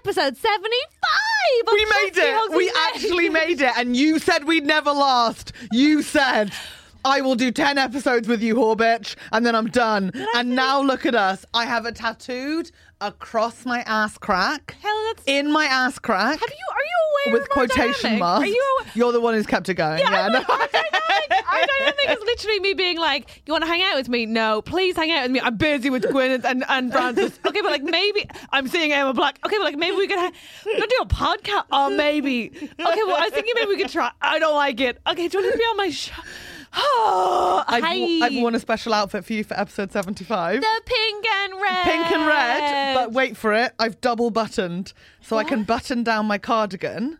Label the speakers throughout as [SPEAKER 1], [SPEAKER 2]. [SPEAKER 1] Episode 75! of
[SPEAKER 2] We made
[SPEAKER 1] Trusty Hogs
[SPEAKER 2] it. We
[SPEAKER 1] Live.
[SPEAKER 2] actually made it. And you said we'd never last. You said. I will do 10 episodes with you, whore bitch, and then I'm done. And now look at us. I have it tattooed across my ass crack.
[SPEAKER 1] Hell, that's-
[SPEAKER 2] In my ass crack.
[SPEAKER 1] Have you, are you aware
[SPEAKER 2] With
[SPEAKER 1] of our
[SPEAKER 2] quotation
[SPEAKER 1] dynamic?
[SPEAKER 2] marks.
[SPEAKER 1] Are you aware?
[SPEAKER 2] You're the one who's kept it going.
[SPEAKER 1] Yeah, I'm
[SPEAKER 2] no.
[SPEAKER 1] like, our dynamic, our dynamic is literally me being like, "You want to hang out with me? No, please hang out with me. I'm busy with Gwyneth and, and Francis. Okay, but like maybe I'm seeing Emma Black. Okay, but like maybe we could ha- we could do a podcast. Oh, maybe. Okay, well I was thinking maybe we could try. I don't like it. Okay, do you want to be on my show? Oh,
[SPEAKER 2] I've, w- I've
[SPEAKER 1] hi.
[SPEAKER 2] worn a special outfit for you for episode 75.
[SPEAKER 1] the pink and red.
[SPEAKER 2] Pink and red, but wait for it. I've double buttoned. So I can button down my cardigan.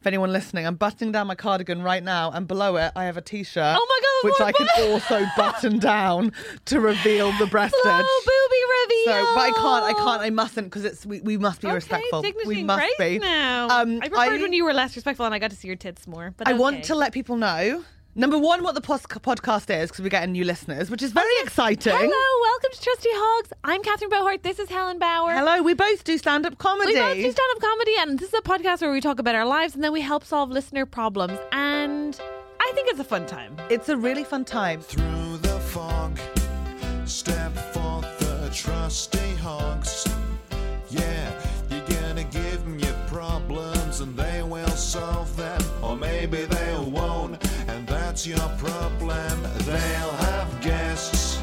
[SPEAKER 2] If anyone listening, I'm buttoning down my cardigan right now, and below it, I have a t shirt.
[SPEAKER 1] Oh my God,
[SPEAKER 2] Which
[SPEAKER 1] my
[SPEAKER 2] I can
[SPEAKER 1] bu-
[SPEAKER 2] also button down to reveal the breast
[SPEAKER 1] Slow
[SPEAKER 2] edge.
[SPEAKER 1] booby
[SPEAKER 2] So,
[SPEAKER 1] reveal.
[SPEAKER 2] but I can't, I can't, I mustn't, because it's we, we must be
[SPEAKER 1] okay,
[SPEAKER 2] respectful.
[SPEAKER 1] Dignity
[SPEAKER 2] we
[SPEAKER 1] and
[SPEAKER 2] must
[SPEAKER 1] grace
[SPEAKER 2] be. Um,
[SPEAKER 1] Now. I preferred when you were less respectful and I got to see your tits more. But
[SPEAKER 2] I want
[SPEAKER 1] okay.
[SPEAKER 2] to let people know number one what the pos- podcast is because we're getting new listeners, which is very exciting.
[SPEAKER 1] Hello, welcome to Trusty Hogs. I'm Catherine Bohart. This is Helen Bauer.
[SPEAKER 2] Hello, we both do stand up comedy.
[SPEAKER 1] We both do stand-up comedy, and this is a podcast where we talk about our lives, and then we help solve listener problems. And I think it's a fun time.
[SPEAKER 2] it's a really fun time.
[SPEAKER 3] Through the fog, step forth the trusty hogs. Yeah, you're gonna give 'em your problems and they will solve them, or maybe they won't, and that's your problem. They'll have guests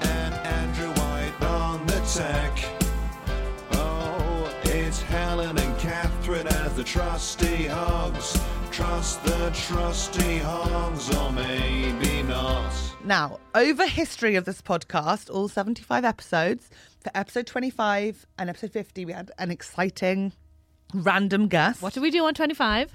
[SPEAKER 3] and Andrew White on the tech. Oh, it's Helen and Catherine as the trusty hogs. Trust the trusty hogs, or maybe not.
[SPEAKER 2] Now, over history of this podcast, all 75 episodes, for episode 25 and episode 50, we had an exciting random guest.
[SPEAKER 1] What do we do on 25?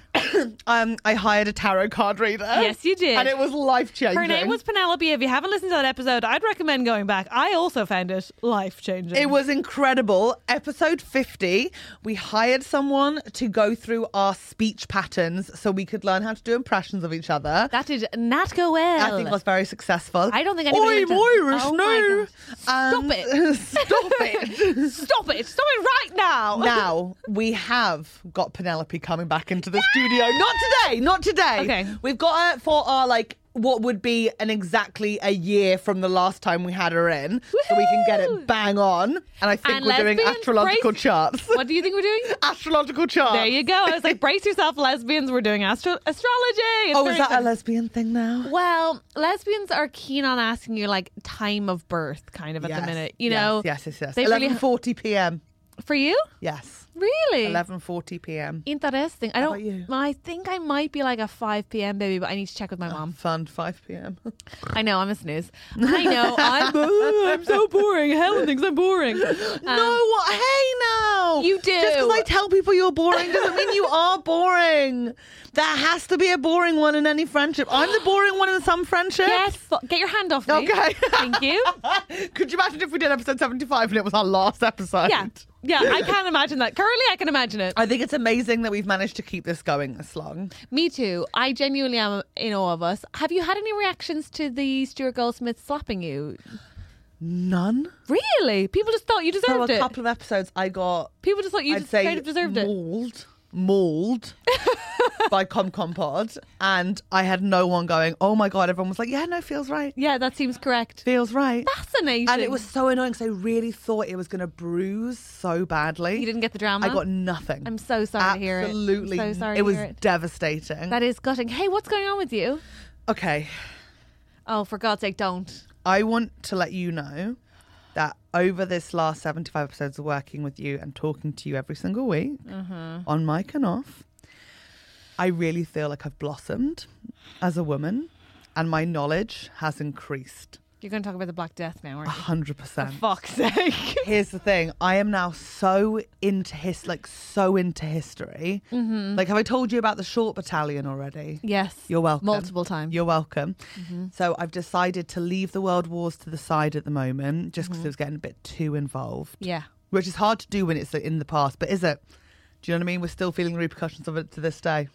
[SPEAKER 2] Um, I hired a tarot card reader.
[SPEAKER 1] Yes, you did.
[SPEAKER 2] And it was life changing.
[SPEAKER 1] Her name was Penelope. If you haven't listened to that episode, I'd recommend going back. I also found it life-changing.
[SPEAKER 2] It was incredible. Episode 50, we hired someone to go through our speech patterns so we could learn how to do impressions of each other.
[SPEAKER 1] That did not go well.
[SPEAKER 2] I think was very successful.
[SPEAKER 1] I don't think anybody
[SPEAKER 2] I'm
[SPEAKER 1] would have-
[SPEAKER 2] Irish
[SPEAKER 1] Oh
[SPEAKER 2] now.
[SPEAKER 1] my God.
[SPEAKER 2] And-
[SPEAKER 1] Stop
[SPEAKER 2] Um, Stop it.
[SPEAKER 1] Stop it! Stop it right now!
[SPEAKER 2] now we have got Penelope coming back into the studio. Not today, not today.
[SPEAKER 1] Okay.
[SPEAKER 2] We've got her for our like what would be an exactly a year from the last time we had her in, so we can get
[SPEAKER 1] Woohoo!
[SPEAKER 2] it bang on. And I think
[SPEAKER 1] And
[SPEAKER 2] we're doing
[SPEAKER 1] lesbian
[SPEAKER 2] astrological
[SPEAKER 1] brace-
[SPEAKER 2] charts.
[SPEAKER 1] What do you think we're doing?
[SPEAKER 2] astrological charts.
[SPEAKER 1] There you go. I was like, brace yourself, lesbians. We're doing astro- astrology. It's
[SPEAKER 2] Oh,
[SPEAKER 1] very
[SPEAKER 2] is that a
[SPEAKER 1] exciting.
[SPEAKER 2] lesbian thing now?
[SPEAKER 1] Well, lesbians are keen on asking you like time of birth, kind of at the minute. You
[SPEAKER 2] yes,
[SPEAKER 1] know,
[SPEAKER 2] Yes, yes, yes.
[SPEAKER 1] they really
[SPEAKER 2] Eleven forty p.m.
[SPEAKER 1] for you,
[SPEAKER 2] Yes.
[SPEAKER 1] really.
[SPEAKER 2] Eleven forty p.m.
[SPEAKER 1] Interesting. I don't.
[SPEAKER 2] about you?
[SPEAKER 1] I think I might be like a five p.m. baby, but I need to check with my mom.
[SPEAKER 2] Fun five p.m.
[SPEAKER 1] I know I'm a snooze. I know I'm. I'm so boring. Helen thinks I'm boring. Um,
[SPEAKER 2] no, what? Hey now. people.
[SPEAKER 1] You
[SPEAKER 2] Just
[SPEAKER 1] do.
[SPEAKER 2] because I tell people you're boring doesn't mean you are boring. There has to be a boring one in any friendship. I'm the boring one in some friendships.
[SPEAKER 1] Yes, fu- get your hand off me.
[SPEAKER 2] Okay.
[SPEAKER 1] Thank you.
[SPEAKER 2] Could you imagine if we did episode 75 and it was our last episode?
[SPEAKER 1] Yeah. Yeah, I can imagine that. Currently, I can imagine it.
[SPEAKER 2] I think it's amazing that we've managed to keep this going this long.
[SPEAKER 1] Me too. I genuinely am in awe of us. Have you had any reactions to the Stuart Goldsmith slapping you?
[SPEAKER 2] None.
[SPEAKER 1] Really? People just thought you
[SPEAKER 2] So
[SPEAKER 1] deserved
[SPEAKER 2] a
[SPEAKER 1] it.
[SPEAKER 2] couple of episodes, I got
[SPEAKER 1] People just thought you
[SPEAKER 2] I'd
[SPEAKER 1] just
[SPEAKER 2] say
[SPEAKER 1] kind of deserved it.
[SPEAKER 2] mauled, mauled by ComCom Pod, and I had no one going. Oh my god! Everyone was like, "Yeah, no, feels right,
[SPEAKER 1] Yeah, that seems correct.
[SPEAKER 2] feels right."
[SPEAKER 1] Fascinating.
[SPEAKER 2] And it was so annoying because I really thought it was going to bruise so badly.
[SPEAKER 1] You didn't get the drama?
[SPEAKER 2] I got nothing.
[SPEAKER 1] I'm so sorry to hear it. I'm
[SPEAKER 2] Absolutely,
[SPEAKER 1] so sorry
[SPEAKER 2] It
[SPEAKER 1] to
[SPEAKER 2] was
[SPEAKER 1] hear it.
[SPEAKER 2] devastating.
[SPEAKER 1] That is gutting. Hey, what's going on with you?
[SPEAKER 2] okay,
[SPEAKER 1] Oh, for God's sake, don't.
[SPEAKER 2] I want to let you know that over this last 75 episodes of working with you and talking to you every single week
[SPEAKER 1] Mm-hmm.
[SPEAKER 2] on mic and off, I really feel like I've blossomed as a woman and my knowledge has increased
[SPEAKER 1] You're going to talk about the Black Death now, aren't you?
[SPEAKER 2] 100%.
[SPEAKER 1] Fuck's sake.
[SPEAKER 2] Here's the thing I am now so into his, like, so into history.
[SPEAKER 1] Mm-hmm.
[SPEAKER 2] Like, have I told you about the short battalion already?
[SPEAKER 1] yes.
[SPEAKER 2] You're welcome.
[SPEAKER 1] Multiple times. Mm-hmm.
[SPEAKER 2] You're welcome. So I've decided to leave the world wars to the side at the moment, just because it was getting a bit too involved,
[SPEAKER 1] Mm-hmm. yeah.
[SPEAKER 2] which is hard to do when it's in the past. But is it? Do you know what I mean? We're still feeling the repercussions of it to this day.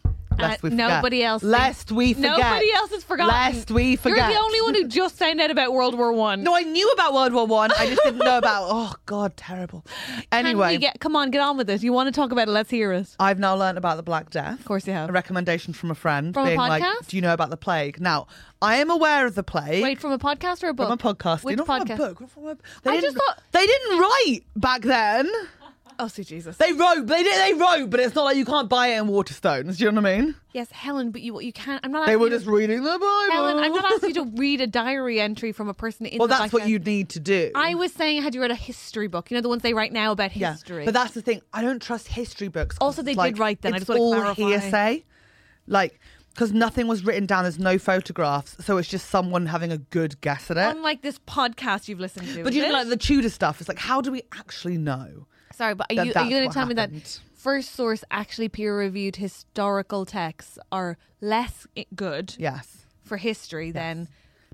[SPEAKER 1] Uh,
[SPEAKER 2] Lest we forget.
[SPEAKER 1] nobody else thinks-
[SPEAKER 2] Lest we forget.
[SPEAKER 1] Nobody else has forgotten.
[SPEAKER 2] Lest we forget.
[SPEAKER 1] You're the only one who just found out about World War One.
[SPEAKER 2] No, I knew about World War One. I. just didn't know about. Oh God, terrible.
[SPEAKER 1] Can
[SPEAKER 2] Anyway,
[SPEAKER 1] we get, come on, get on with this. You want to talk about it? Let's hear it. Of
[SPEAKER 2] I've now learned about the Black Death. Of
[SPEAKER 1] course you
[SPEAKER 2] A
[SPEAKER 1] have.
[SPEAKER 2] recommendation from a friend
[SPEAKER 1] From a
[SPEAKER 2] being like,
[SPEAKER 1] podcast?
[SPEAKER 2] "Do you know about the plague?" Now, I am aware of the plague.
[SPEAKER 1] Wait, from a podcast or a book?
[SPEAKER 2] From a podcast.
[SPEAKER 1] Which
[SPEAKER 2] not
[SPEAKER 1] podcast?
[SPEAKER 2] From a book. not From a, they
[SPEAKER 1] I
[SPEAKER 2] didn't-
[SPEAKER 1] just thought-
[SPEAKER 2] they didn't write back then.
[SPEAKER 1] Oh, see, Jesus.
[SPEAKER 2] They wrote. They did. They wrote, but it's not like you can't buy it in Waterstones. Do you know what I mean?
[SPEAKER 1] yes, Helen, but you, you can't. I'm not.
[SPEAKER 2] They
[SPEAKER 1] asking
[SPEAKER 2] were
[SPEAKER 1] you-
[SPEAKER 2] just reading the Bible.
[SPEAKER 1] Helen, I'm not asking you to read a diary entry from a person in
[SPEAKER 2] well,
[SPEAKER 1] the
[SPEAKER 2] that's what
[SPEAKER 1] podcast.
[SPEAKER 2] you need to do.
[SPEAKER 1] I was saying, had you read a history book? You know, the ones they write now about history.
[SPEAKER 2] But that's the thing. I don't trust history books. 'cause
[SPEAKER 1] Also, they did
[SPEAKER 2] it's like-
[SPEAKER 1] write then. I
[SPEAKER 2] it's
[SPEAKER 1] just wanna
[SPEAKER 2] all
[SPEAKER 1] clarify.
[SPEAKER 2] hearsay. Like, because nothing was written down. There's no photographs, so it's just someone having a good guess at it.
[SPEAKER 1] unlike this podcast you've listened to.
[SPEAKER 2] but you know,
[SPEAKER 1] this-
[SPEAKER 2] like the Tudor stuff. It's like, how do we actually know?
[SPEAKER 1] Sorry, but are
[SPEAKER 2] that
[SPEAKER 1] you, are
[SPEAKER 2] that's
[SPEAKER 1] you going
[SPEAKER 2] what
[SPEAKER 1] to tell me
[SPEAKER 2] happened.
[SPEAKER 1] that first source actually peer reviewed historical texts are less i- good
[SPEAKER 2] Yes,
[SPEAKER 1] for history than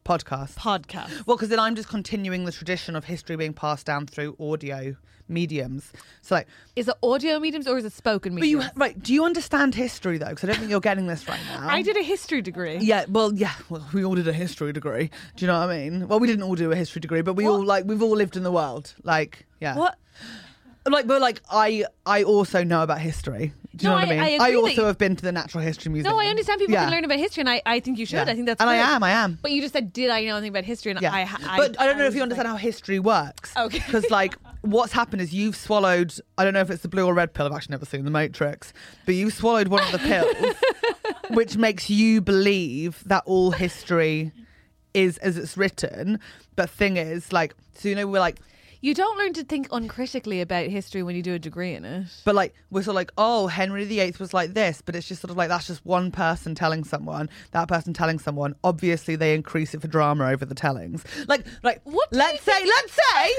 [SPEAKER 2] podcast.
[SPEAKER 1] podcasts?
[SPEAKER 2] Well, because then I'm just continuing the tradition of history being passed down through audio mediums. So, like,
[SPEAKER 1] Is it audio mediums or is it spoken
[SPEAKER 2] but you
[SPEAKER 1] mediums?
[SPEAKER 2] right? Do you understand history though? Because I don't think you're getting this right now.
[SPEAKER 1] I did a history degree.
[SPEAKER 2] Yeah, well, yeah, well, we all did a history degree. Do you know what I mean? Well, we didn't all do a history degree, but we all like we've all lived in the world. Like, yeah,
[SPEAKER 1] What?
[SPEAKER 2] Like, but like, I I also know about history. Do
[SPEAKER 1] No,
[SPEAKER 2] you know what
[SPEAKER 1] I-
[SPEAKER 2] I mean?
[SPEAKER 1] I agree that
[SPEAKER 2] also
[SPEAKER 1] you-
[SPEAKER 2] have been to the Natural History Museum.
[SPEAKER 1] No, I understand people
[SPEAKER 2] Yeah.
[SPEAKER 1] can learn about history, and I, I think you should.
[SPEAKER 2] Yeah.
[SPEAKER 1] I think that's
[SPEAKER 2] And I
[SPEAKER 1] good.
[SPEAKER 2] am, I am.
[SPEAKER 1] But you just said, did I know anything about history? And
[SPEAKER 2] Yeah,
[SPEAKER 1] I, I,
[SPEAKER 2] but I don't know if
[SPEAKER 1] was
[SPEAKER 2] you
[SPEAKER 1] like-
[SPEAKER 2] understand how history works.
[SPEAKER 1] Okay.
[SPEAKER 2] Because like, what's happened is you've swallowed. I don't know if it's the blue or red pill. I've actually never seen the Matrix, but you've swallowed one of the pills, which makes you believe that all history is as it's written. But thing is, like, so you know, we're like,
[SPEAKER 1] You don't learn to think uncritically about history when you do a degree in it.
[SPEAKER 2] But like we're sort of like, oh, Henry VIII was like this, but it's just sort of like that's just one person telling someone, that person telling someone. Obviously, they increase it for drama over the tellings. Like, like
[SPEAKER 1] What do you
[SPEAKER 2] Let's say, let's say,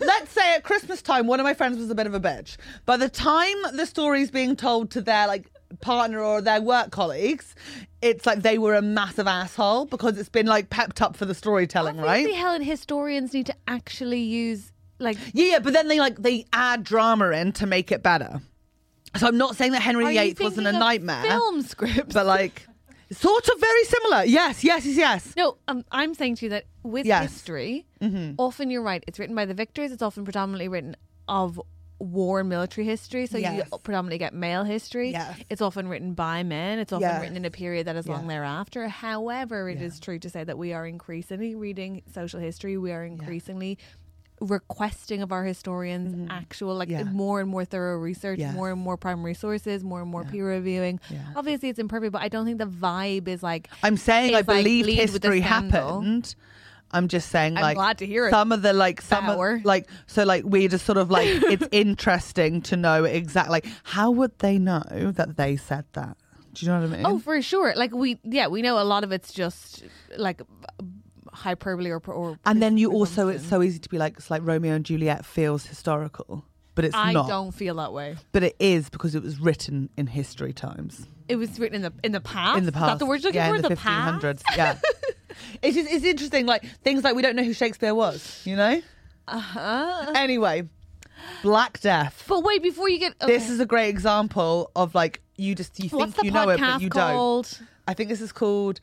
[SPEAKER 2] let's say at Christmas time, one of my friends was a bit of a bitch. By the time the story's being told to their like partner or their work colleagues, it's like they were a massive asshole because it's been like pepped up for the storytelling, right?
[SPEAKER 1] Obviously, Helen, historians need to actually use like.
[SPEAKER 2] Yeah, yeah, but then they like they add drama in to make it better. So I'm not saying that Henry
[SPEAKER 1] Are you
[SPEAKER 2] VIII wasn't a
[SPEAKER 1] thinking of
[SPEAKER 2] nightmare,
[SPEAKER 1] Film scripts.
[SPEAKER 2] but like sort of very similar. Yes, yes, yes, yes.
[SPEAKER 1] No, um, I'm saying to you that with
[SPEAKER 2] Yes. Mm-hmm.
[SPEAKER 1] history, often you're right. It's written by the victors. It's often predominantly written of war and military history. So
[SPEAKER 2] Yes.
[SPEAKER 1] you predominantly get male history.
[SPEAKER 2] Yes.
[SPEAKER 1] It's often written by men. It's often
[SPEAKER 2] Yes.
[SPEAKER 1] written in a period that is long thereafter. However, it is true to say that we are increasingly reading social history. We are increasingly requesting of our historians actual like
[SPEAKER 2] Mm-hmm. Yeah.
[SPEAKER 1] more and more thorough research
[SPEAKER 2] Yes.
[SPEAKER 1] more and more primary sources more and more peer reviewing obviously it's imperfect but i don't think the vibe is like
[SPEAKER 2] I'm saying I
[SPEAKER 1] is, like,
[SPEAKER 2] believe
[SPEAKER 1] lead with the
[SPEAKER 2] history
[SPEAKER 1] scandal.
[SPEAKER 2] happened. I'm just saying,
[SPEAKER 1] I'm
[SPEAKER 2] like,
[SPEAKER 1] glad to hear it,
[SPEAKER 2] Some of the like, some
[SPEAKER 1] Bauer.
[SPEAKER 2] of, like, so like, we just sort of like, it's interesting to know exactly, like, how would they know that they said that? Do you know what I mean?
[SPEAKER 1] Oh, for sure. Like we, yeah, we know a lot of it's just like hyperbole or. or
[SPEAKER 2] and then you also, it's so easy to be like, it's like Romeo and Juliet feels historical. but it's
[SPEAKER 1] I
[SPEAKER 2] not.
[SPEAKER 1] don't feel that way.
[SPEAKER 2] But it is because it was written in history times.
[SPEAKER 1] It was written in the in the past.
[SPEAKER 2] in the
[SPEAKER 1] Is that
[SPEAKER 2] past.
[SPEAKER 1] the word you're looking
[SPEAKER 2] yeah,
[SPEAKER 1] for?
[SPEAKER 2] in the,
[SPEAKER 1] past?
[SPEAKER 2] 1500s. Yeah. it's, just, it's interesting, like things like we don't know who Shakespeare was, you know? Uh-huh. Anyway, Black Death.
[SPEAKER 1] But wait, before you get
[SPEAKER 2] This is a great example of like, you just you
[SPEAKER 1] what's
[SPEAKER 2] think you
[SPEAKER 1] the
[SPEAKER 2] know it,
[SPEAKER 1] podcast
[SPEAKER 2] but you don't.
[SPEAKER 1] called?
[SPEAKER 2] I think this is called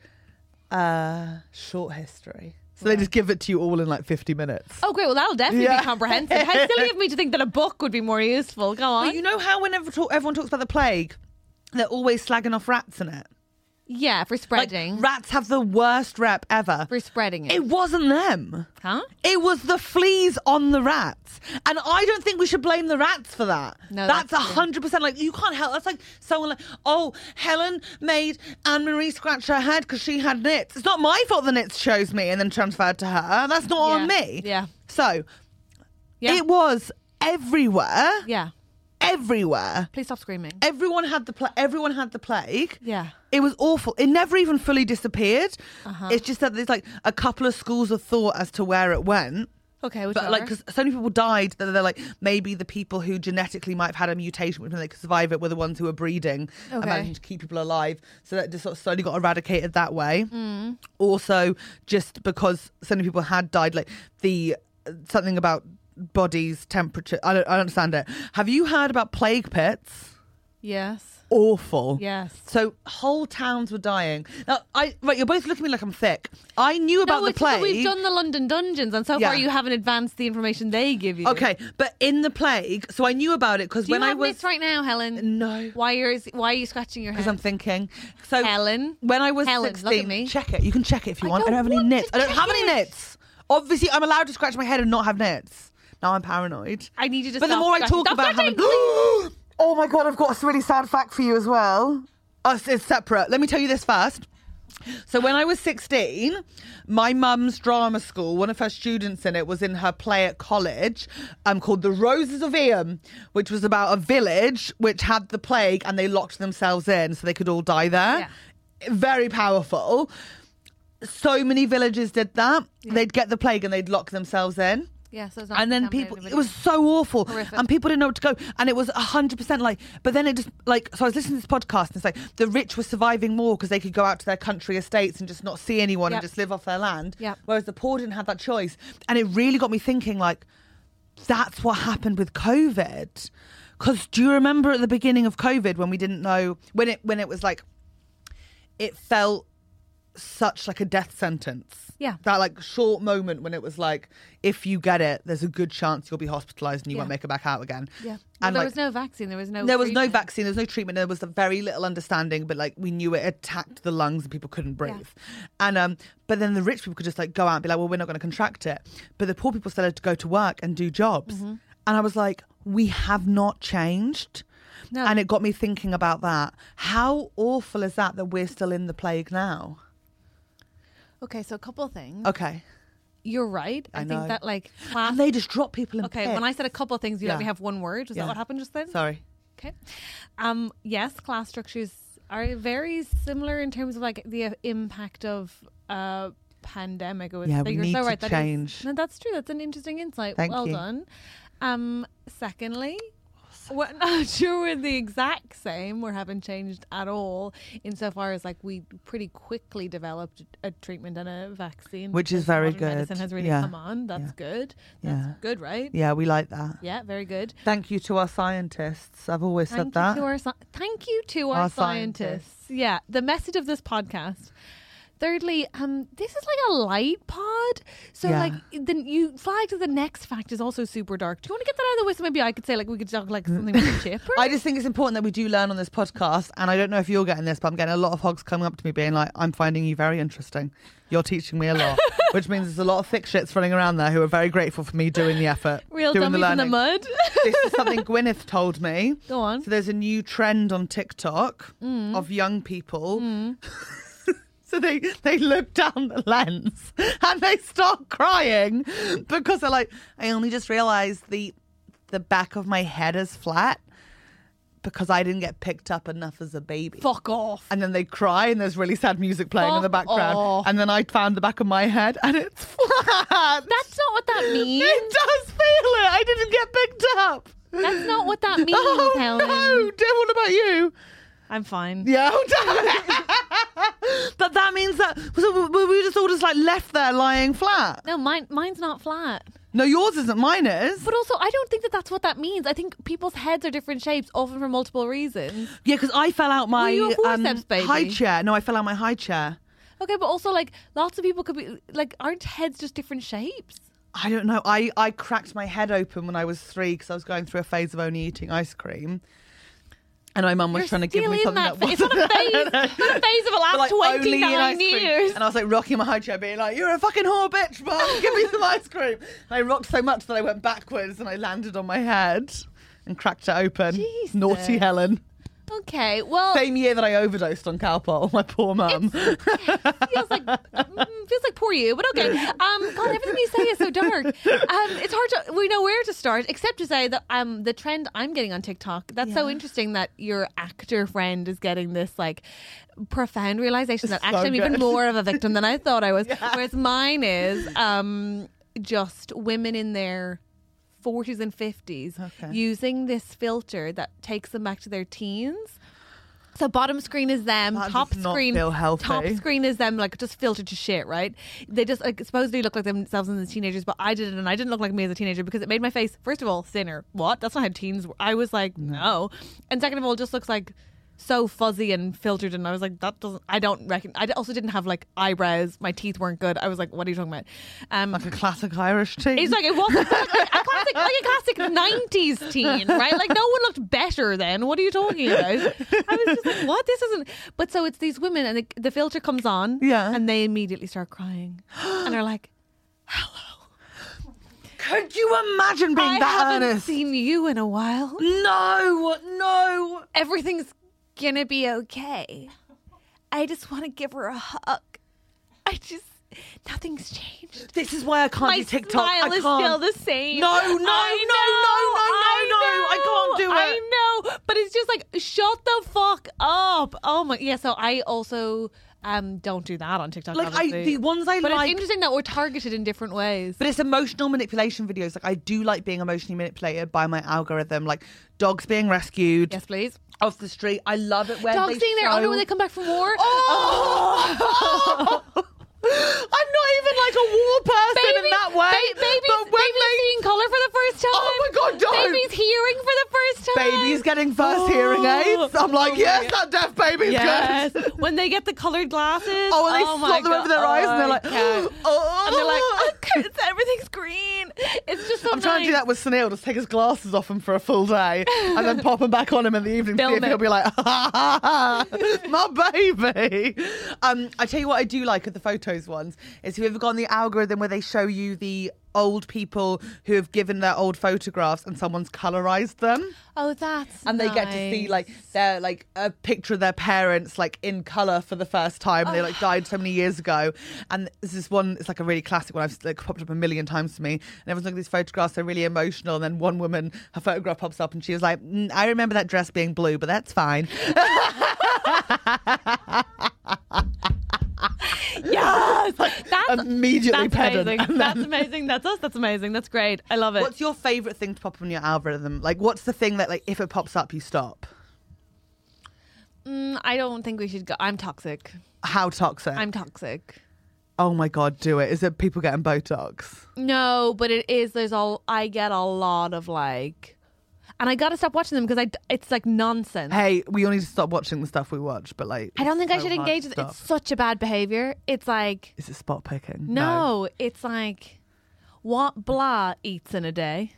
[SPEAKER 2] uh, Short History. So they just give it to you all in like 50 minutes.
[SPEAKER 1] Oh, great. Well, that'll definitely
[SPEAKER 2] Yeah.
[SPEAKER 1] be comprehensive. How silly of me to think that a book would be more useful. Go on.
[SPEAKER 2] But you know how whenever talk, everyone talks about the plague, they're always slagging off rats in it.
[SPEAKER 1] yeah, for
[SPEAKER 2] Like,
[SPEAKER 1] spreading.
[SPEAKER 2] rats have the worst rep ever.
[SPEAKER 1] for spreading it.
[SPEAKER 2] It wasn't them.
[SPEAKER 1] huh?
[SPEAKER 2] It was the fleas on the rats. And I don't think we should blame the rats for that.
[SPEAKER 1] No,
[SPEAKER 2] that's
[SPEAKER 1] that's
[SPEAKER 2] a
[SPEAKER 1] true.
[SPEAKER 2] hundred percent like you can't help that's like someone like, oh, Helen made Anne Marie scratch her head because she had nits. It's not my fault the nits chose me and then transferred to her. That's not on
[SPEAKER 1] Yeah.
[SPEAKER 2] me.
[SPEAKER 1] Yeah.
[SPEAKER 2] So
[SPEAKER 1] Yeah.
[SPEAKER 2] it was everywhere.
[SPEAKER 1] yeah.
[SPEAKER 2] Everywhere.
[SPEAKER 1] Please stop screaming.
[SPEAKER 2] Everyone had the pla- everyone had the plague.
[SPEAKER 1] Yeah. Uh-huh.
[SPEAKER 2] It was awful. It never even fully disappeared. It's just that there's like a couple of schools of thought as to where it went.
[SPEAKER 1] Okay, which
[SPEAKER 2] But like,
[SPEAKER 1] are?
[SPEAKER 2] because so many people died that they're like, maybe the people who genetically might have had a mutation, which meant they could survive it, were the ones who were breeding and
[SPEAKER 1] Okay.
[SPEAKER 2] managing to keep people alive. So that just sort of slowly got eradicated that way.
[SPEAKER 1] Mm.
[SPEAKER 2] Also, just because so many people had died, like the something about bodies, temperature. I don't, I don't understand it. Have you heard about plague pits?
[SPEAKER 1] yes.
[SPEAKER 2] Awful.
[SPEAKER 1] Yes.
[SPEAKER 2] So whole towns were dying. Now, I right, you're both looking at me like I'm thick. I knew about
[SPEAKER 1] no,
[SPEAKER 2] the
[SPEAKER 1] it's just that
[SPEAKER 2] plague.
[SPEAKER 1] We've done the London Dungeons, and so
[SPEAKER 2] Yeah.
[SPEAKER 1] far you haven't advanced the information they give you.
[SPEAKER 2] Okay, but in the plague, so I knew about it because
[SPEAKER 1] Do
[SPEAKER 2] when
[SPEAKER 1] you
[SPEAKER 2] I
[SPEAKER 1] have
[SPEAKER 2] was
[SPEAKER 1] this right now, Helen?
[SPEAKER 2] No.
[SPEAKER 1] Why are is, why are you scratching your
[SPEAKER 2] because
[SPEAKER 1] head?
[SPEAKER 2] I'm thinking. So
[SPEAKER 1] Helen.
[SPEAKER 2] when I was
[SPEAKER 1] Helen, look at
[SPEAKER 2] sixteen,
[SPEAKER 1] me.
[SPEAKER 2] check it. You can check it if you
[SPEAKER 1] I
[SPEAKER 2] want. I don't
[SPEAKER 1] don't
[SPEAKER 2] have any
[SPEAKER 1] want to
[SPEAKER 2] nits. I don't
[SPEAKER 1] check
[SPEAKER 2] have any
[SPEAKER 1] it.
[SPEAKER 2] nits. Obviously, I'm allowed to scratch my head and not have nits. Now I'm paranoid.
[SPEAKER 1] I need you to
[SPEAKER 2] But the
[SPEAKER 1] stop
[SPEAKER 2] more I
[SPEAKER 1] scratching-
[SPEAKER 2] talk
[SPEAKER 1] Stop
[SPEAKER 2] about having,
[SPEAKER 1] scratching,
[SPEAKER 2] oh my god, I've got a really sad fact for you as well. Oh, it's- it's separate. Let me tell you this first. So when I was 16, my mum's drama school, one of her students in it was in her play at college um, called The Roses of Iam, which was about a village which had the plague and they locked themselves in so they could all die there.
[SPEAKER 1] Yeah.
[SPEAKER 2] Very powerful. So many villages did that. They'd get the plague and they'd lock themselves in.
[SPEAKER 1] Yeah, so it's not
[SPEAKER 2] And then
[SPEAKER 1] contaminated
[SPEAKER 2] people,
[SPEAKER 1] with
[SPEAKER 2] it was so awful.
[SPEAKER 1] Horrific.
[SPEAKER 2] And people didn't know where to go. And it was 100% like, but then it just, like, so I was listening to this podcast and it's like, the rich were surviving more because they could go out to their country estates and just not see anyone
[SPEAKER 1] Yep.
[SPEAKER 2] and just live off their land.
[SPEAKER 1] Yep.
[SPEAKER 2] Whereas the poor didn't have that choice. And it really got me thinking, like, that's what happened with COVID. Because do you remember at the beginning of COVID when we didn't know, when it, when it was like, it felt such like a death sentence.
[SPEAKER 1] Yeah.
[SPEAKER 2] That like short moment when it was like, if you get it, there's a good chance you'll be hospitalized and you
[SPEAKER 1] Yeah.
[SPEAKER 2] won't make it back out again.
[SPEAKER 1] Yeah. Well,
[SPEAKER 2] And
[SPEAKER 1] there
[SPEAKER 2] like,
[SPEAKER 1] was no vaccine. There was no.
[SPEAKER 2] there was no
[SPEAKER 1] treatment.
[SPEAKER 2] vaccine, there was no treatment, there was a very little understanding, but like we knew it attacked the lungs and people couldn't breathe. And um but then the rich people could just like go out and be like, Well, we're not gonna contract it. But the poor people still had to go to work and do jobs.
[SPEAKER 1] Mm-hmm.
[SPEAKER 2] And I was like, We have not changed.
[SPEAKER 1] No.
[SPEAKER 2] And it got me thinking about that. How awful is that that we're still in the plague now?
[SPEAKER 1] Okay, so a couple of things.
[SPEAKER 2] Okay.
[SPEAKER 1] You're right. I,
[SPEAKER 2] Oh. know.
[SPEAKER 1] think that like class.
[SPEAKER 2] And they just drop people in
[SPEAKER 1] Uh, okay, when I said a couple of things, you
[SPEAKER 2] Yeah.
[SPEAKER 1] let me have one word. Was
[SPEAKER 2] Yeah.
[SPEAKER 1] that what happened just then?
[SPEAKER 2] Sorry.
[SPEAKER 1] Okay. Um, yes, class structures are very similar in terms of like the uh, impact of uh pandemic. It was-
[SPEAKER 2] Yeah, we
[SPEAKER 1] you're
[SPEAKER 2] need
[SPEAKER 1] so
[SPEAKER 2] to
[SPEAKER 1] right. that is-
[SPEAKER 2] change.
[SPEAKER 1] no, that's true. That's an interesting insight.
[SPEAKER 2] Thank
[SPEAKER 1] well
[SPEAKER 2] you.
[SPEAKER 1] done. Um, secondly. We're not sure we're the exact same or haven't changed at all insofar as like we pretty quickly developed a treatment and a vaccine
[SPEAKER 2] Which is
[SPEAKER 1] because
[SPEAKER 2] very
[SPEAKER 1] modern medicine
[SPEAKER 2] good.
[SPEAKER 1] has really
[SPEAKER 2] Yeah.
[SPEAKER 1] come on that's
[SPEAKER 2] Yeah.
[SPEAKER 1] good that's
[SPEAKER 2] Yeah.
[SPEAKER 1] good right
[SPEAKER 2] Yeah, we like that.
[SPEAKER 1] yeah very good
[SPEAKER 2] Thank you to our scientists. I've always said
[SPEAKER 1] Thank
[SPEAKER 2] that.
[SPEAKER 1] you to our sci- thank you to our,
[SPEAKER 2] Our
[SPEAKER 1] scientists.
[SPEAKER 2] scientists.
[SPEAKER 1] Yeah, the message of this podcast. Thirdly, um, this is like a light pod, so
[SPEAKER 2] Yeah.
[SPEAKER 1] like then you flagged that the next fact is also super dark. Do you want to get that out of the way? So maybe I could say like we could talk like something more chipper.
[SPEAKER 2] I just think it's important that we do learn on this podcast, and I don't know if you're getting this, but I'm getting a lot of hogs coming up to me being like, "I'm finding you very interesting. You're teaching me a lot," which means there's a lot of thick shits running around there who are very grateful for me doing the effort,
[SPEAKER 1] Real
[SPEAKER 2] doing the
[SPEAKER 1] dummies in the
[SPEAKER 2] learning.
[SPEAKER 1] mud.
[SPEAKER 2] this is something Gwyneth told me.
[SPEAKER 1] Go on. Mm.
[SPEAKER 2] So there's a new trend on TikTok of young people. so they they look down the lens and they start crying because they're like, I only just realised the the back of my head is flat because I didn't get picked up enough as a baby.
[SPEAKER 1] Fuck off.
[SPEAKER 2] And then they cry, and there's really sad music playing in the
[SPEAKER 1] Fuck
[SPEAKER 2] background.
[SPEAKER 1] off.
[SPEAKER 2] And then I found the back of my head, and it's flat.
[SPEAKER 1] That's not what that means.
[SPEAKER 2] It does feel it. I didn't get picked up.
[SPEAKER 1] That's not what that means,
[SPEAKER 2] Oh
[SPEAKER 1] Helen.
[SPEAKER 2] no, Deb, what about you?
[SPEAKER 4] I'm fine.
[SPEAKER 2] Yeah, oh, damn. but that means that so we- we were just all just like left there lying flat.
[SPEAKER 1] No, mine, mine's not flat.
[SPEAKER 2] No, yours isn't. Mine is.
[SPEAKER 1] But also, I don't think that that's what that means. I think people's heads are different shapes, often for multiple reasons.
[SPEAKER 2] Yeah, because I fell out my
[SPEAKER 1] you a
[SPEAKER 2] um,
[SPEAKER 1] forceps baby?
[SPEAKER 2] high chair. No, I fell out my high chair.
[SPEAKER 1] Okay, but also, like, lots of people could be, like, aren't heads just different shapes?
[SPEAKER 2] I don't know. I, I cracked my head open when I was three because I was going through a phase of only eating ice cream. And my mum was
[SPEAKER 1] You're
[SPEAKER 2] trying to
[SPEAKER 1] still
[SPEAKER 2] give me
[SPEAKER 1] in
[SPEAKER 2] something that,
[SPEAKER 1] fa- it's not
[SPEAKER 2] wasn't
[SPEAKER 1] a phase. It's not a phase of the last
[SPEAKER 2] But, like, only in
[SPEAKER 1] 29
[SPEAKER 2] ice cream.
[SPEAKER 1] years.
[SPEAKER 2] And I was like rocking my high chair, being like, "You're a fucking whore, bitch, mum. Give me some ice cream." And I rocked so much that I went backwards and I landed on my head and cracked it open.
[SPEAKER 1] Jesus.
[SPEAKER 2] Naughty Helen.
[SPEAKER 1] Okay, well,
[SPEAKER 2] Same year that I overdosed on cowpole, my poor mum.
[SPEAKER 1] feels like mm, feels like poor you, but okay. Um, God, everything you say is so dark. Um, it's hard to we know where to start, except to say that um, the trend I'm getting on TikTok. That's so interesting that your actor friend is getting this like profound realization that
[SPEAKER 2] so
[SPEAKER 1] actually I'm even
[SPEAKER 2] good.
[SPEAKER 1] more of a victim than I thought I was. Whereas mine is um, just women in their 40s and 50s
[SPEAKER 2] Okay.
[SPEAKER 1] using this filter that takes them back to their teens. So bottom screen is them,
[SPEAKER 2] That
[SPEAKER 1] top
[SPEAKER 2] does not
[SPEAKER 1] screen,
[SPEAKER 2] feel healthy.
[SPEAKER 1] top screen is them like just filtered to shit, right? They just like supposedly look like themselves as teenagers, but I did it and I didn't look like me as a teenager because it made my face first of all thinner. What? That's not how teens. Were. I was like no, and second of all, it just looks like so fuzzy and filtered, and I was like that doesn't. I don't reckon. I also didn't have like eyebrows. My teeth weren't good. I was like, what are you talking about? Um,
[SPEAKER 2] like a classic Irish tea.
[SPEAKER 1] it's like it was like, a classic, like a classic '90s teen, right? Like no one looked better then. What are you talking about? I was just like, what? This isn't. But so it's these women, and the, the filter comes on,
[SPEAKER 2] Yeah.
[SPEAKER 1] and they immediately start crying, and are like,
[SPEAKER 2] Could you imagine being
[SPEAKER 1] "I
[SPEAKER 2] that
[SPEAKER 1] haven't
[SPEAKER 2] earnest?
[SPEAKER 1] seen you in a while.
[SPEAKER 2] no, no.
[SPEAKER 1] Everything's gonna be okay. I just want to give her a hug. I just nothing's changed."
[SPEAKER 2] This is why I can't
[SPEAKER 1] My
[SPEAKER 2] do TikTok. I
[SPEAKER 1] smile is
[SPEAKER 2] can't.
[SPEAKER 1] still the same.
[SPEAKER 2] No, no,
[SPEAKER 1] I
[SPEAKER 2] no, no, no, no,
[SPEAKER 1] know,
[SPEAKER 2] I can't do it.
[SPEAKER 1] I know, but it's just like shut the fuck up. Oh my, yeah. So I also um don't do that on TikTok.
[SPEAKER 2] Like, I-
[SPEAKER 1] obviously.
[SPEAKER 2] the ones I
[SPEAKER 1] but
[SPEAKER 2] like-
[SPEAKER 1] it's interesting that we're targeted in different ways.
[SPEAKER 2] But it's emotional manipulation videos. Like I do like being emotionally manipulated by my algorithm. Like dogs being rescued
[SPEAKER 1] yes, please.
[SPEAKER 2] off the street. I love it when
[SPEAKER 1] Dogs
[SPEAKER 2] they
[SPEAKER 1] seeing their
[SPEAKER 2] show-
[SPEAKER 1] owner when they come back from war.
[SPEAKER 2] Oh! I'm not even like a war person in that way.
[SPEAKER 1] ba- babies,
[SPEAKER 2] but when
[SPEAKER 1] babies seeing color for the first time.
[SPEAKER 2] Oh my God, don't.
[SPEAKER 1] Babies hearing for the first time.
[SPEAKER 2] babies getting first hearing
[SPEAKER 1] Oh.
[SPEAKER 2] aids, I'm like, yes, that deaf baby's
[SPEAKER 1] Yes.
[SPEAKER 2] good.
[SPEAKER 1] when they get the colored glasses.
[SPEAKER 2] Oh, and they
[SPEAKER 1] my
[SPEAKER 2] slot them
[SPEAKER 1] God.
[SPEAKER 2] over their eyes, and they're
[SPEAKER 1] I
[SPEAKER 2] like,
[SPEAKER 1] can't.
[SPEAKER 2] oh,
[SPEAKER 1] and they're like, okay, it's, everything's green. It's just so
[SPEAKER 2] I'm trying to do
[SPEAKER 1] nice.
[SPEAKER 2] that with Sunil. Just take his glasses off him for a full day, and then pop them back on him in the evening.
[SPEAKER 1] Film
[SPEAKER 2] See if
[SPEAKER 1] it.
[SPEAKER 2] he'll be like, ha, ha, ha, "My baby." Um, I tell you what, I do like at the photos ones is have you ever gone the algorithm where they show you the old people who have given their old photographs and someone's colorized them
[SPEAKER 1] Oh, that's
[SPEAKER 2] and they get to see like their like a picture of their parents like in color for the first time. They like died so many years ago, and this is one. It's like a really classic one. I've like popped up a million times to me, and everyone's looking at these photographs. They're really emotional, and then one woman, her photograph pops up, and she was like, mm, "I remember that dress being blue, but that's fine."
[SPEAKER 1] yes, that's
[SPEAKER 2] Immediately
[SPEAKER 1] that's
[SPEAKER 2] pedant.
[SPEAKER 1] amazing.
[SPEAKER 2] And
[SPEAKER 1] That's
[SPEAKER 2] then,
[SPEAKER 1] amazing. That's us. That's amazing. That's great. I love it.
[SPEAKER 2] what's your favorite thing to pop up on your algorithm? Like, what's the thing that like if it pops up, you stop?
[SPEAKER 1] Mm, I don't think we should go. I'm toxic.
[SPEAKER 2] How toxic?
[SPEAKER 1] I'm toxic.
[SPEAKER 2] oh my god, do it! Is it people getting Botox?
[SPEAKER 1] No, but it is. There's all. I get a lot of like, and I gotta stop watching them because I. It's like nonsense.
[SPEAKER 2] hey, we all need to stop watching the stuff we watch, but like,
[SPEAKER 1] I don't think I
[SPEAKER 2] so
[SPEAKER 1] should
[SPEAKER 2] hard
[SPEAKER 1] engage
[SPEAKER 2] to
[SPEAKER 1] with it. It's
[SPEAKER 2] stop.
[SPEAKER 1] such a bad behavior. It's like
[SPEAKER 2] Is it spot picking?
[SPEAKER 1] no, it's like what blah eats in a day.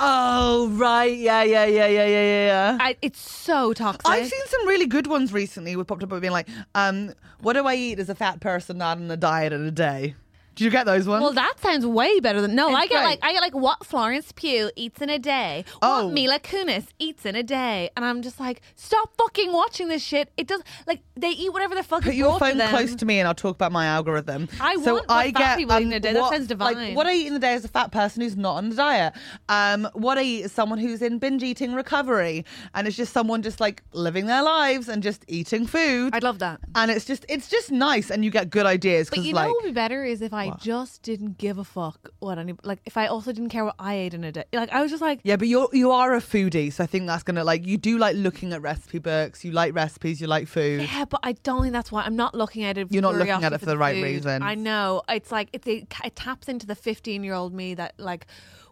[SPEAKER 2] Oh right, yeah, yeah, yeah, yeah, yeah, yeah. yeah.
[SPEAKER 1] I, it's so toxic.
[SPEAKER 2] I've seen some really good ones recently. with popped up with being like, um, "What do I eat as a fat person not on a diet in a day?" Did you get those ones?
[SPEAKER 1] well, that sounds way better than no.
[SPEAKER 2] It's
[SPEAKER 1] I get
[SPEAKER 2] great.
[SPEAKER 1] like I get like what Florence Pugh eats in a day,
[SPEAKER 2] Oh.
[SPEAKER 1] what Mila Kunis eats in a day, and I'm just like, stop fucking watching this shit. It does like they eat whatever the fuck.
[SPEAKER 2] Put
[SPEAKER 1] is
[SPEAKER 2] your
[SPEAKER 1] brought
[SPEAKER 2] phone
[SPEAKER 1] to them.
[SPEAKER 2] close to me, and I'll talk about my algorithm.
[SPEAKER 1] I
[SPEAKER 2] so
[SPEAKER 1] want what
[SPEAKER 2] I
[SPEAKER 1] fat
[SPEAKER 2] get
[SPEAKER 1] people eat in
[SPEAKER 2] um,
[SPEAKER 1] a day. That
[SPEAKER 2] what-
[SPEAKER 1] sounds
[SPEAKER 2] Like,
[SPEAKER 1] divine.
[SPEAKER 2] what I eat in a day is a fat person who's not on a diet. Um, what I eat is someone who's in binge eating recovery, and it's just someone just like living their lives and just eating food.
[SPEAKER 1] I'd love that.
[SPEAKER 2] and it's just it's just nice, and you get good ideas.
[SPEAKER 1] But
[SPEAKER 2] 'cause,
[SPEAKER 1] you know
[SPEAKER 2] like,
[SPEAKER 1] what would be better is if I I just didn't give a fuck what any like. If I also didn't care what I ate in a day, like I was just like,
[SPEAKER 2] Yeah, but you're you are a foodie, so I think that's gonna like you do like looking at recipe books. You like recipes. You like food.
[SPEAKER 1] Yeah, but I don't think that's why I'm not looking at it.
[SPEAKER 2] You're not looking at
[SPEAKER 1] curiosity
[SPEAKER 2] it for the right
[SPEAKER 1] food.
[SPEAKER 2] reason.
[SPEAKER 1] I know. It's like it, it, it taps into the 15 year old me that like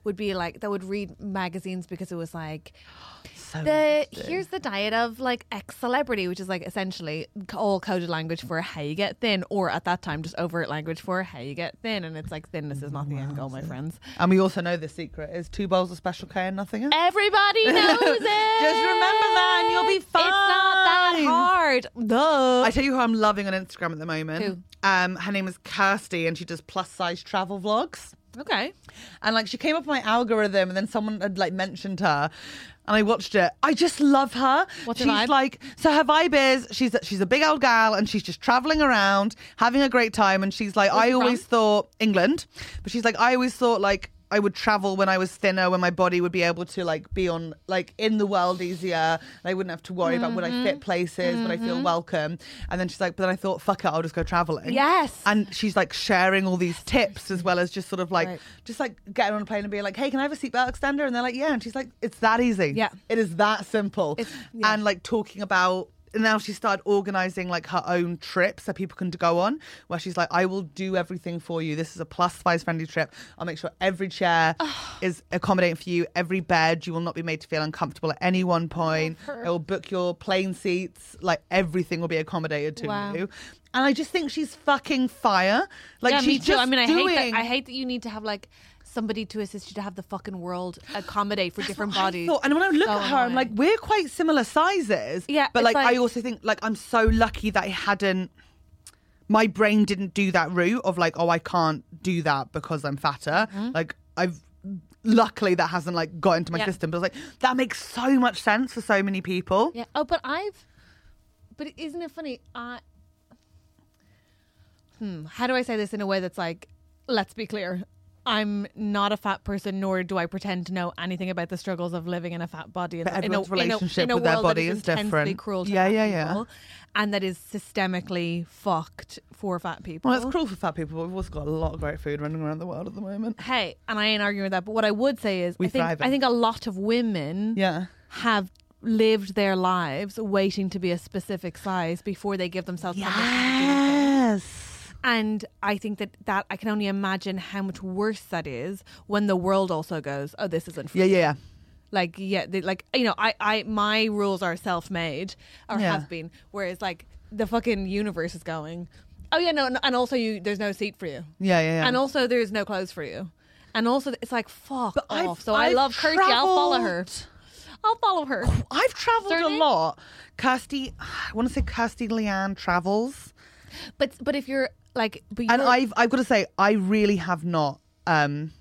[SPEAKER 1] would be like that would read magazines because it was like
[SPEAKER 2] So
[SPEAKER 1] the here's the diet of like ex celebrity, which is like essentially all coded language for how you get thin, or at that time just overt language for how you get thin, and it's like thinness is not the end goal, my friends.
[SPEAKER 2] And we also know the secret is two bowls of special K and nothing else.
[SPEAKER 1] Oh. Everybody knows it. Just remember
[SPEAKER 2] that and you'll be
[SPEAKER 1] It's not that
[SPEAKER 2] fine.
[SPEAKER 1] hard. Duh.
[SPEAKER 2] I tell you who I'm loving on Instagram at the moment.
[SPEAKER 1] Who?
[SPEAKER 2] Um, her name is Kirsty, and she does plus size travel vlogs.
[SPEAKER 1] okay.
[SPEAKER 2] And like she came up on my algorithm, and then someone had like mentioned her, and I watched it. I just love her.
[SPEAKER 1] What's her
[SPEAKER 2] she's
[SPEAKER 1] vibe?
[SPEAKER 2] like? So her vibe is she's she's a big old gal, and she's just traveling around, having a great time. And she's like, I
[SPEAKER 1] she from?
[SPEAKER 2] always thought England, but she's like, I always thought like. I would travel when I was thinner, when my body would be able to like be on like in the world easier. And I wouldn't have to worry about would I
[SPEAKER 1] Mm-hmm.
[SPEAKER 2] fit places, would I feel welcome. And then she's like, but then I thought, fuck it, I'll just go traveling.
[SPEAKER 1] Yes.
[SPEAKER 2] And she's like sharing all these tips as well as just sort of like
[SPEAKER 1] Right.
[SPEAKER 2] just like getting on a plane and being like, "Hey, can I have a seatbelt extender?" And they're like, "Yeah." And she's like, "It's that easy.
[SPEAKER 1] Yeah.
[SPEAKER 2] it is that simple."
[SPEAKER 1] It's- yeah.
[SPEAKER 2] And like talking about. And now she started organizing like her own trips that people can go on, where she's like, "I will do everything for you. This is a plus size friendly trip. I'll make sure every chair is accommodating for you, every bed. You will not be made to feel uncomfortable at any one point. I will book your plane seats. Like everything will be accommodated to
[SPEAKER 1] Wow.
[SPEAKER 2] you." And I just think she's fucking fire. Like
[SPEAKER 1] yeah,
[SPEAKER 2] she's
[SPEAKER 1] me too.
[SPEAKER 2] just
[SPEAKER 1] I mean, I
[SPEAKER 2] doing.
[SPEAKER 1] hate that. I hate that you need to have like somebody to assist you to have the fucking world accommodate for different
[SPEAKER 2] I
[SPEAKER 1] bodies.
[SPEAKER 2] thought- and when I look
[SPEAKER 1] So
[SPEAKER 2] at her, I'm like,
[SPEAKER 1] annoying.
[SPEAKER 2] we're quite similar sizes.
[SPEAKER 1] Yeah,
[SPEAKER 2] But
[SPEAKER 1] it's
[SPEAKER 2] like, I
[SPEAKER 1] like-
[SPEAKER 2] also think like I'm so lucky that I hadn't. My brain didn't do that route of like, oh, I can't do that because I'm fatter. Like I've luckily that hasn't like got into my
[SPEAKER 1] Mm-hmm. Yeah.
[SPEAKER 2] system. But I was like, that makes so much sense for so many people.
[SPEAKER 1] yeah. Oh, but I've. But isn't it funny? I. Hmm. How do I say this in a way that's like, let's be clear. I'm not a fat person, nor do I pretend to know anything about the struggles of living in a fat body. And
[SPEAKER 2] But everyone's
[SPEAKER 1] in a,
[SPEAKER 2] relationship
[SPEAKER 1] in a, in a
[SPEAKER 2] with their
[SPEAKER 1] world
[SPEAKER 2] body
[SPEAKER 1] that is,
[SPEAKER 2] is different.
[SPEAKER 1] intensely Cruel to
[SPEAKER 2] Yeah,
[SPEAKER 1] fat
[SPEAKER 2] yeah, yeah.
[SPEAKER 1] people And that is systemically fucked for fat people.
[SPEAKER 2] Well, it's cruel for fat people, but we've also got a lot of great food running around the world at the moment.
[SPEAKER 1] hey, and I ain't arguing with that. But what I would say is,
[SPEAKER 2] We
[SPEAKER 1] I think
[SPEAKER 2] thrive
[SPEAKER 1] I
[SPEAKER 2] in-
[SPEAKER 1] think a lot of women
[SPEAKER 2] Yeah.
[SPEAKER 1] have lived their lives waiting to be a specific size before they give themselves permission to do things.
[SPEAKER 2] Yes.
[SPEAKER 1] And I think that that I can only imagine how much worse that is when the world also goes, oh, this isn't. For
[SPEAKER 2] Yeah,
[SPEAKER 1] you."
[SPEAKER 2] yeah, yeah.
[SPEAKER 1] Like yeah, they, like you know, I I my rules are self made or
[SPEAKER 2] Yeah.
[SPEAKER 1] have been, whereas like the fucking universe is going. Oh yeah, no, and- and also you, there's no seat for you.
[SPEAKER 2] Yeah, yeah, yeah.
[SPEAKER 1] And also, there's no clothes for you. And also, it's like fuck
[SPEAKER 2] I've-
[SPEAKER 1] off. So I
[SPEAKER 2] I've
[SPEAKER 1] love Kirsty. I'll follow her.
[SPEAKER 2] travelled-
[SPEAKER 1] I'll follow her.
[SPEAKER 2] I've travelled a
[SPEAKER 1] Surname?
[SPEAKER 2] lot. Kirsty, I want to say Kirsty Leanne travels,
[SPEAKER 1] But but if you're like, but
[SPEAKER 2] and
[SPEAKER 1] you're-
[SPEAKER 2] I've I've got to say I really have not. Um,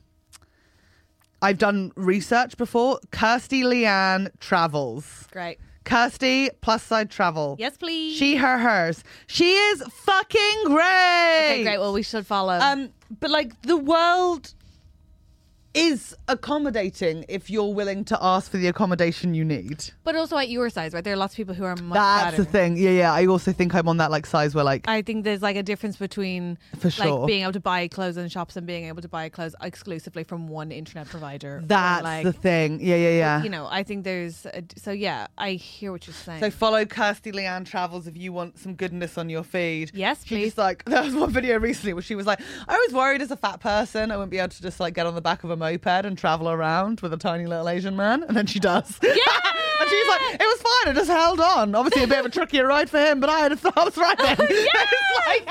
[SPEAKER 2] I've done research before. Kirsty Leanne travels.
[SPEAKER 1] great.
[SPEAKER 2] Kirsty plus side travel.
[SPEAKER 1] Yes, please.
[SPEAKER 2] She, her, hers. She is fucking great.
[SPEAKER 1] Okay, great. Well, we should follow.
[SPEAKER 2] Um, but like the world is accommodating if you're willing to ask for the accommodation you need.
[SPEAKER 1] but also at your size, right? There are lots of people who are much
[SPEAKER 2] That's
[SPEAKER 1] fatter.
[SPEAKER 2] the thing. Yeah, yeah. I also think I'm on that like size where like
[SPEAKER 1] I think there's like a difference between
[SPEAKER 2] For sure.
[SPEAKER 1] like being able to buy clothes in shops and being able to buy clothes exclusively from one internet provider. or,
[SPEAKER 2] that's
[SPEAKER 1] like,
[SPEAKER 2] the thing. Yeah, yeah, yeah.
[SPEAKER 1] You know, I think there's a, so yeah. I hear what you're saying.
[SPEAKER 2] so follow Kirsty Leanne Travels if you want some goodness on your feed.
[SPEAKER 1] Yes,
[SPEAKER 2] She just,
[SPEAKER 1] please.
[SPEAKER 2] like there was one video recently where she was like, I was worried as a fat person I wouldn't be able to just like get on the back of a moped and travel around with a tiny little Asian man, and then she does. Yeah. and she's like, it was fine. I just held on. Obviously, a bit of a trickier ride for him, but I had a I was right then. It's like,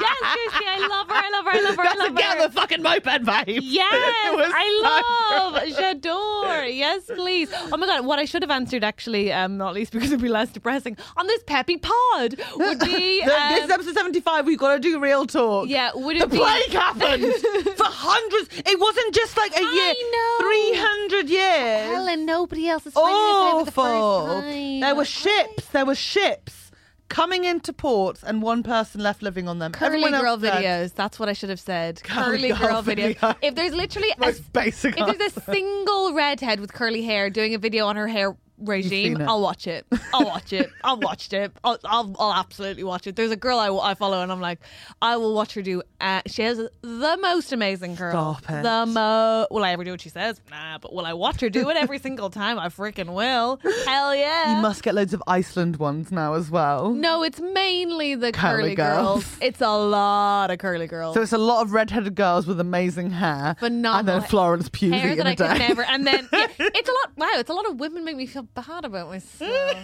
[SPEAKER 1] yes, Kirsty, I love her. I love her. I love her. I
[SPEAKER 2] that's
[SPEAKER 1] love
[SPEAKER 2] a get
[SPEAKER 1] her.
[SPEAKER 2] on the fucking moped vibe.
[SPEAKER 1] Yes,
[SPEAKER 2] It was
[SPEAKER 1] I love J'adore. Yes, please. Oh my god, what I should have answered actually, um, not least because it'd be less depressing on this peppy pod would be
[SPEAKER 2] The- this
[SPEAKER 1] um,
[SPEAKER 2] is episode 75. We've got to do real talk.
[SPEAKER 1] Yeah, would it
[SPEAKER 2] the
[SPEAKER 1] be-
[SPEAKER 2] plague happened for hundreds. It wasn't just like a year,
[SPEAKER 1] know.
[SPEAKER 2] 300 years.
[SPEAKER 1] Ellen. Nobody else is finding this out for the
[SPEAKER 2] Awful.
[SPEAKER 1] first time.
[SPEAKER 2] there were ships. There were ships coming into ports, and one person left living on them.
[SPEAKER 1] Curly
[SPEAKER 2] Everyone
[SPEAKER 1] girl
[SPEAKER 2] else dead.
[SPEAKER 1] videos. That's what I should have said. Curly,
[SPEAKER 2] Curly girl
[SPEAKER 1] girl, videos.
[SPEAKER 2] video.
[SPEAKER 1] If there's literally a,
[SPEAKER 2] Most basic
[SPEAKER 1] if there's
[SPEAKER 2] answer.
[SPEAKER 1] a single redhead with curly hair doing a video on her hair regime,
[SPEAKER 2] seen it.
[SPEAKER 1] I'll watch it. I'll watch it. I've watched it. I'll, I'll, I'll absolutely watch it. There's a girl I, I follow, and I'm like, I will watch her do. Uh, she has the most amazing girl.
[SPEAKER 2] Stop it.
[SPEAKER 1] The mo. Will I ever do what she says? Nah, but will I watch her do it every single time? I freaking will. Hell yeah.
[SPEAKER 2] You must get loads of Iceland ones now as well.
[SPEAKER 1] No, it's mainly the curly,
[SPEAKER 2] Curly
[SPEAKER 1] girls.
[SPEAKER 2] girls.
[SPEAKER 1] It's a lot of curly girls.
[SPEAKER 2] So it's a lot of redheaded girls with amazing hair,
[SPEAKER 1] Phenomenal
[SPEAKER 2] and then Florence Pugh
[SPEAKER 1] hair
[SPEAKER 2] in
[SPEAKER 1] that
[SPEAKER 2] a
[SPEAKER 1] I
[SPEAKER 2] day.
[SPEAKER 1] could never. And then yeah, it's a lot. Wow, it's a lot of women make me feel bad about myself.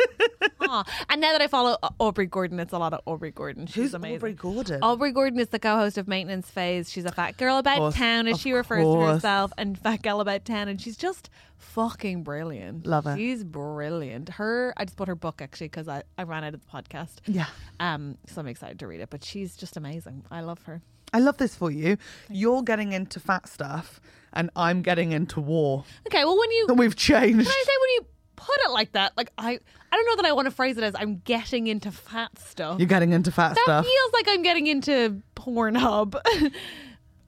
[SPEAKER 1] Aw. And now that I follow uh, Aubrey Gordon, it's a lot of Aubrey Gordon. She's
[SPEAKER 2] Who's
[SPEAKER 1] amazing.
[SPEAKER 2] Aubrey Gordon?
[SPEAKER 1] Aubrey Gordon is the co-host of Maintenance Phase. She's a fat girl about
[SPEAKER 2] course,
[SPEAKER 1] town, as
[SPEAKER 2] of
[SPEAKER 1] she refers
[SPEAKER 2] course.
[SPEAKER 1] to herself, and fat girl about town, and she's just fucking brilliant.
[SPEAKER 2] Love her.
[SPEAKER 1] She's brilliant. Her, I just bought her book actually because I, I ran out of the podcast.
[SPEAKER 2] Yeah.
[SPEAKER 1] Um, so I'm excited to read it. But she's just amazing. I love her.
[SPEAKER 2] I love this for you. You're getting into fat stuff, and I'm getting into war.
[SPEAKER 1] Okay, well when you
[SPEAKER 2] And we've changed.
[SPEAKER 1] Can I say when you put it like that, like I, I don't know that I want to phrase it as I'm getting into fat stuff.
[SPEAKER 2] You're getting into fat
[SPEAKER 1] that
[SPEAKER 2] stuff.
[SPEAKER 1] feels like I'm getting into Pornhub.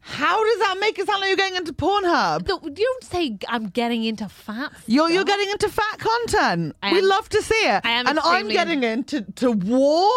[SPEAKER 2] How does that make it sound like you're getting into Pornhub?
[SPEAKER 1] No, you don't say I'm getting into fat.
[SPEAKER 2] You're, you're getting into fat content.
[SPEAKER 1] I
[SPEAKER 2] we
[SPEAKER 1] am-
[SPEAKER 2] love to see it.
[SPEAKER 1] I am
[SPEAKER 2] and I'm
[SPEAKER 1] extremely-
[SPEAKER 2] getting into to war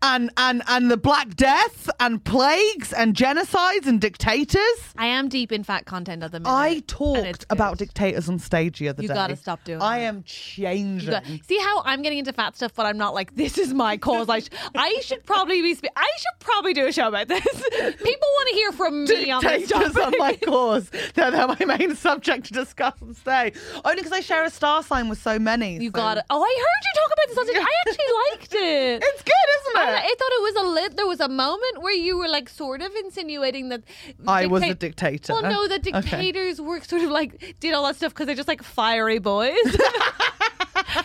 [SPEAKER 2] and, and, and the Black Death and plagues and genocides and dictators.
[SPEAKER 1] I am deep in fat content at the minute.
[SPEAKER 2] I
[SPEAKER 1] And it's
[SPEAKER 2] talked about
[SPEAKER 1] good.
[SPEAKER 2] dictators on stage the other
[SPEAKER 1] You
[SPEAKER 2] day.
[SPEAKER 1] gotta stop doing
[SPEAKER 2] I
[SPEAKER 1] that.
[SPEAKER 2] am changing.
[SPEAKER 1] You got- See how I'm getting into fat stuff, but I'm not like this is my cause. I, sh- I should probably be. Spe- I should probably do a show about this. People want to hear from me on this
[SPEAKER 2] Dictators
[SPEAKER 1] topic.
[SPEAKER 2] are my cause. They're, they're my main subject to discuss and stay. Only because I share a star sign with so many.
[SPEAKER 1] You
[SPEAKER 2] so-
[SPEAKER 1] got it. Oh, I heard you talk about this. on stage. I actually liked it.
[SPEAKER 2] It's good,
[SPEAKER 1] I,
[SPEAKER 2] isn't
[SPEAKER 1] don't know,
[SPEAKER 2] it?
[SPEAKER 1] I thought it was a lit. There was a moment where you were like sort of insinuating that
[SPEAKER 2] I was a
[SPEAKER 1] dicta-
[SPEAKER 2] dictator.
[SPEAKER 1] Well, no, that
[SPEAKER 2] Okay.
[SPEAKER 1] dictators were sort of like did all that stuff because they're just like fiery boys.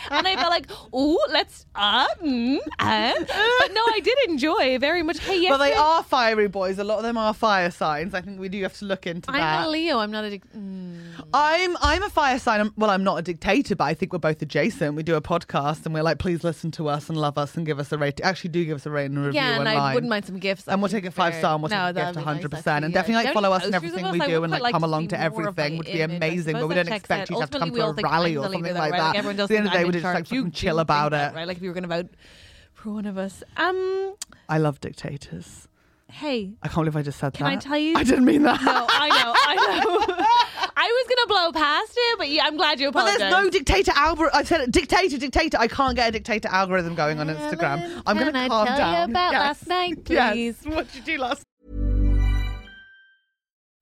[SPEAKER 1] and I felt like, oh, let's uh, mm, uh. but no, I did enjoy very much. Hey, yes,
[SPEAKER 2] But they are fiery boys. A lot of them are fire signs. I think we do have to look into that.
[SPEAKER 1] I'm a Leo. I'm not a. Dic- mm.
[SPEAKER 2] I'm I'm a fire sign. I'm, well, I'm not a dictator, but I think we're both adjacent. We do a podcast, and we're like, please listen to us and love us and give us a rate. Actually, do give us a rating and review
[SPEAKER 1] Yeah, and
[SPEAKER 2] online.
[SPEAKER 1] I wouldn't mind some gifts.
[SPEAKER 2] And we'll
[SPEAKER 1] actually,
[SPEAKER 2] take a five
[SPEAKER 1] fair.
[SPEAKER 2] star and we'll
[SPEAKER 1] No,
[SPEAKER 2] take a
[SPEAKER 1] that'd
[SPEAKER 2] gift
[SPEAKER 1] be nice,
[SPEAKER 2] 100%.
[SPEAKER 1] actually,
[SPEAKER 2] and
[SPEAKER 1] yeah.
[SPEAKER 2] definitely
[SPEAKER 1] Don't
[SPEAKER 2] like follow us
[SPEAKER 1] posters
[SPEAKER 2] and
[SPEAKER 1] of
[SPEAKER 2] everything we
[SPEAKER 1] I
[SPEAKER 2] do
[SPEAKER 1] would
[SPEAKER 2] and
[SPEAKER 1] quite
[SPEAKER 2] like come
[SPEAKER 1] to
[SPEAKER 2] along
[SPEAKER 1] see
[SPEAKER 2] to
[SPEAKER 1] more of
[SPEAKER 2] everything,
[SPEAKER 1] my
[SPEAKER 2] which would be
[SPEAKER 1] image. I
[SPEAKER 2] amazing. But
[SPEAKER 1] suppose
[SPEAKER 2] we
[SPEAKER 1] that
[SPEAKER 2] don't
[SPEAKER 1] checks
[SPEAKER 2] expect
[SPEAKER 1] out.
[SPEAKER 2] you to have to come
[SPEAKER 1] Ultimately,
[SPEAKER 2] to
[SPEAKER 1] we all
[SPEAKER 2] a
[SPEAKER 1] think I'm
[SPEAKER 2] rally or
[SPEAKER 1] the
[SPEAKER 2] something
[SPEAKER 1] leader,
[SPEAKER 2] like
[SPEAKER 1] right?
[SPEAKER 2] that.
[SPEAKER 1] Everyone
[SPEAKER 2] At
[SPEAKER 1] does
[SPEAKER 2] the end of
[SPEAKER 1] think
[SPEAKER 2] the day,
[SPEAKER 1] I'm
[SPEAKER 2] we
[SPEAKER 1] in
[SPEAKER 2] just
[SPEAKER 1] charge.
[SPEAKER 2] like
[SPEAKER 1] You
[SPEAKER 2] fucking
[SPEAKER 1] do
[SPEAKER 2] chill
[SPEAKER 1] think
[SPEAKER 2] about
[SPEAKER 1] that,
[SPEAKER 2] it.
[SPEAKER 1] right? Like if you were going to vote for one of us. Um,
[SPEAKER 2] I love dictators.
[SPEAKER 1] hey,
[SPEAKER 2] I can't believe I just said
[SPEAKER 1] Can
[SPEAKER 2] that.
[SPEAKER 1] I tell you-
[SPEAKER 2] I didn't mean that.
[SPEAKER 1] No, Oh, I know, I know. I was gonna blow past it, but you, I'm glad you
[SPEAKER 2] But
[SPEAKER 1] apologized.
[SPEAKER 2] there's no dictator algorithm. I said it, dictator, dictator. I can't get a dictator algorithm going on Instagram. I'm going
[SPEAKER 1] can
[SPEAKER 2] to
[SPEAKER 1] I
[SPEAKER 2] calm
[SPEAKER 1] tell you
[SPEAKER 2] down.
[SPEAKER 1] about last night,
[SPEAKER 2] Yes.
[SPEAKER 1] please?
[SPEAKER 2] What did you do last?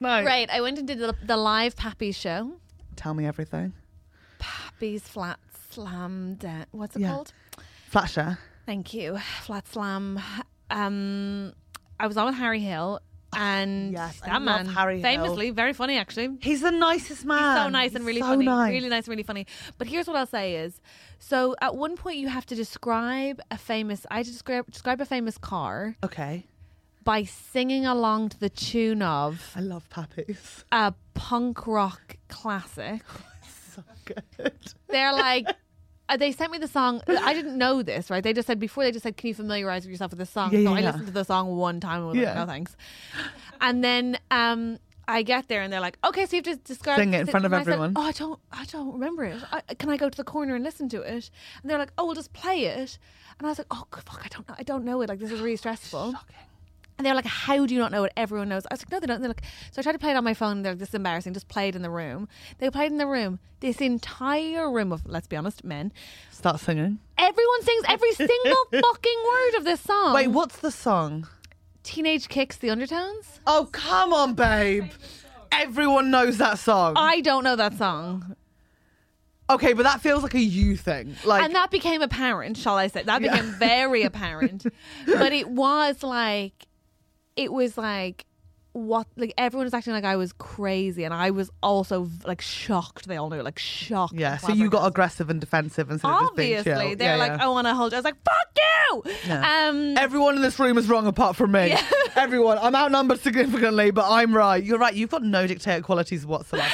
[SPEAKER 2] night?
[SPEAKER 1] Right, I went and did the, the live Pappy show.
[SPEAKER 2] Tell me everything.
[SPEAKER 1] Pappy's flat slam. Da- What's it
[SPEAKER 2] Yeah.
[SPEAKER 1] called?
[SPEAKER 2] Flasher.
[SPEAKER 1] Thank you. Flat slam. Um, I was on with Harry Hill, and
[SPEAKER 2] Oh, Yes, I
[SPEAKER 1] that man,
[SPEAKER 2] love Harry Hill.
[SPEAKER 1] famously very funny, actually.
[SPEAKER 2] He's the nicest man.
[SPEAKER 1] He's so nice and
[SPEAKER 2] He's
[SPEAKER 1] really
[SPEAKER 2] so
[SPEAKER 1] funny.
[SPEAKER 2] nice.
[SPEAKER 1] Really nice and really funny. But here's what I'll say is so at one point you have to describe a famous I had to describe describe a famous car
[SPEAKER 2] Okay.
[SPEAKER 1] by singing along to the tune of
[SPEAKER 2] I love puppies.
[SPEAKER 1] a punk rock classic.
[SPEAKER 2] So good.
[SPEAKER 1] They're like uh, they sent me the song. I didn't know this, right? They just said before they just said, "Can you familiarize yourself with this song?"
[SPEAKER 2] Yeah,
[SPEAKER 1] so
[SPEAKER 2] yeah,
[SPEAKER 1] I
[SPEAKER 2] yeah.
[SPEAKER 1] listened to the song one time and was
[SPEAKER 2] Yeah.
[SPEAKER 1] like, "No thanks." And then um, I get there and they're like, "Okay, so you have to describe
[SPEAKER 2] Sing it in front of
[SPEAKER 1] and I said,
[SPEAKER 2] everyone.
[SPEAKER 1] oh, I don't, I don't remember it. I, can I go to the corner and listen to it? And they're like, "Oh, we'll just play it." And I was like, "Oh, fuck, I don't know. I don't know it. Like this is really stressful." And they're like, "How do you not know it? Everyone knows." I was like, "No, they don't." They're like, so I tried to play it on my phone. and They're like, "This is embarrassing. Just play it in the room." They played in the room. This entire room of, let's be honest, men.
[SPEAKER 2] Start singing.
[SPEAKER 1] Everyone sings every single fucking word of this song.
[SPEAKER 2] Wait, what's the song?
[SPEAKER 1] Teenage Kicks, The Undertones.
[SPEAKER 2] Oh, come on, babe. Everyone knows that song.
[SPEAKER 1] I don't know that song,
[SPEAKER 2] okay, but that feels like a you thing. Like,
[SPEAKER 1] and that became apparent. Shall I say that became very apparent? But it was like, it was like what like everyone was acting like I was crazy, and I was also like shocked. They all knew, like shocked.
[SPEAKER 2] Yeah,
[SPEAKER 1] and
[SPEAKER 2] so you got
[SPEAKER 1] flabbergasted.
[SPEAKER 2] aggressive and defensive instead of just being chill.
[SPEAKER 1] obviously they're
[SPEAKER 2] Yeah,
[SPEAKER 1] like,
[SPEAKER 2] yeah.
[SPEAKER 1] I want to hold. you." I was like, fuck you. Um,
[SPEAKER 2] Everyone in this room is wrong apart from me. Everyone. I'm outnumbered significantly, but I'm right. You're right. You've got no dictator qualities whatsoever.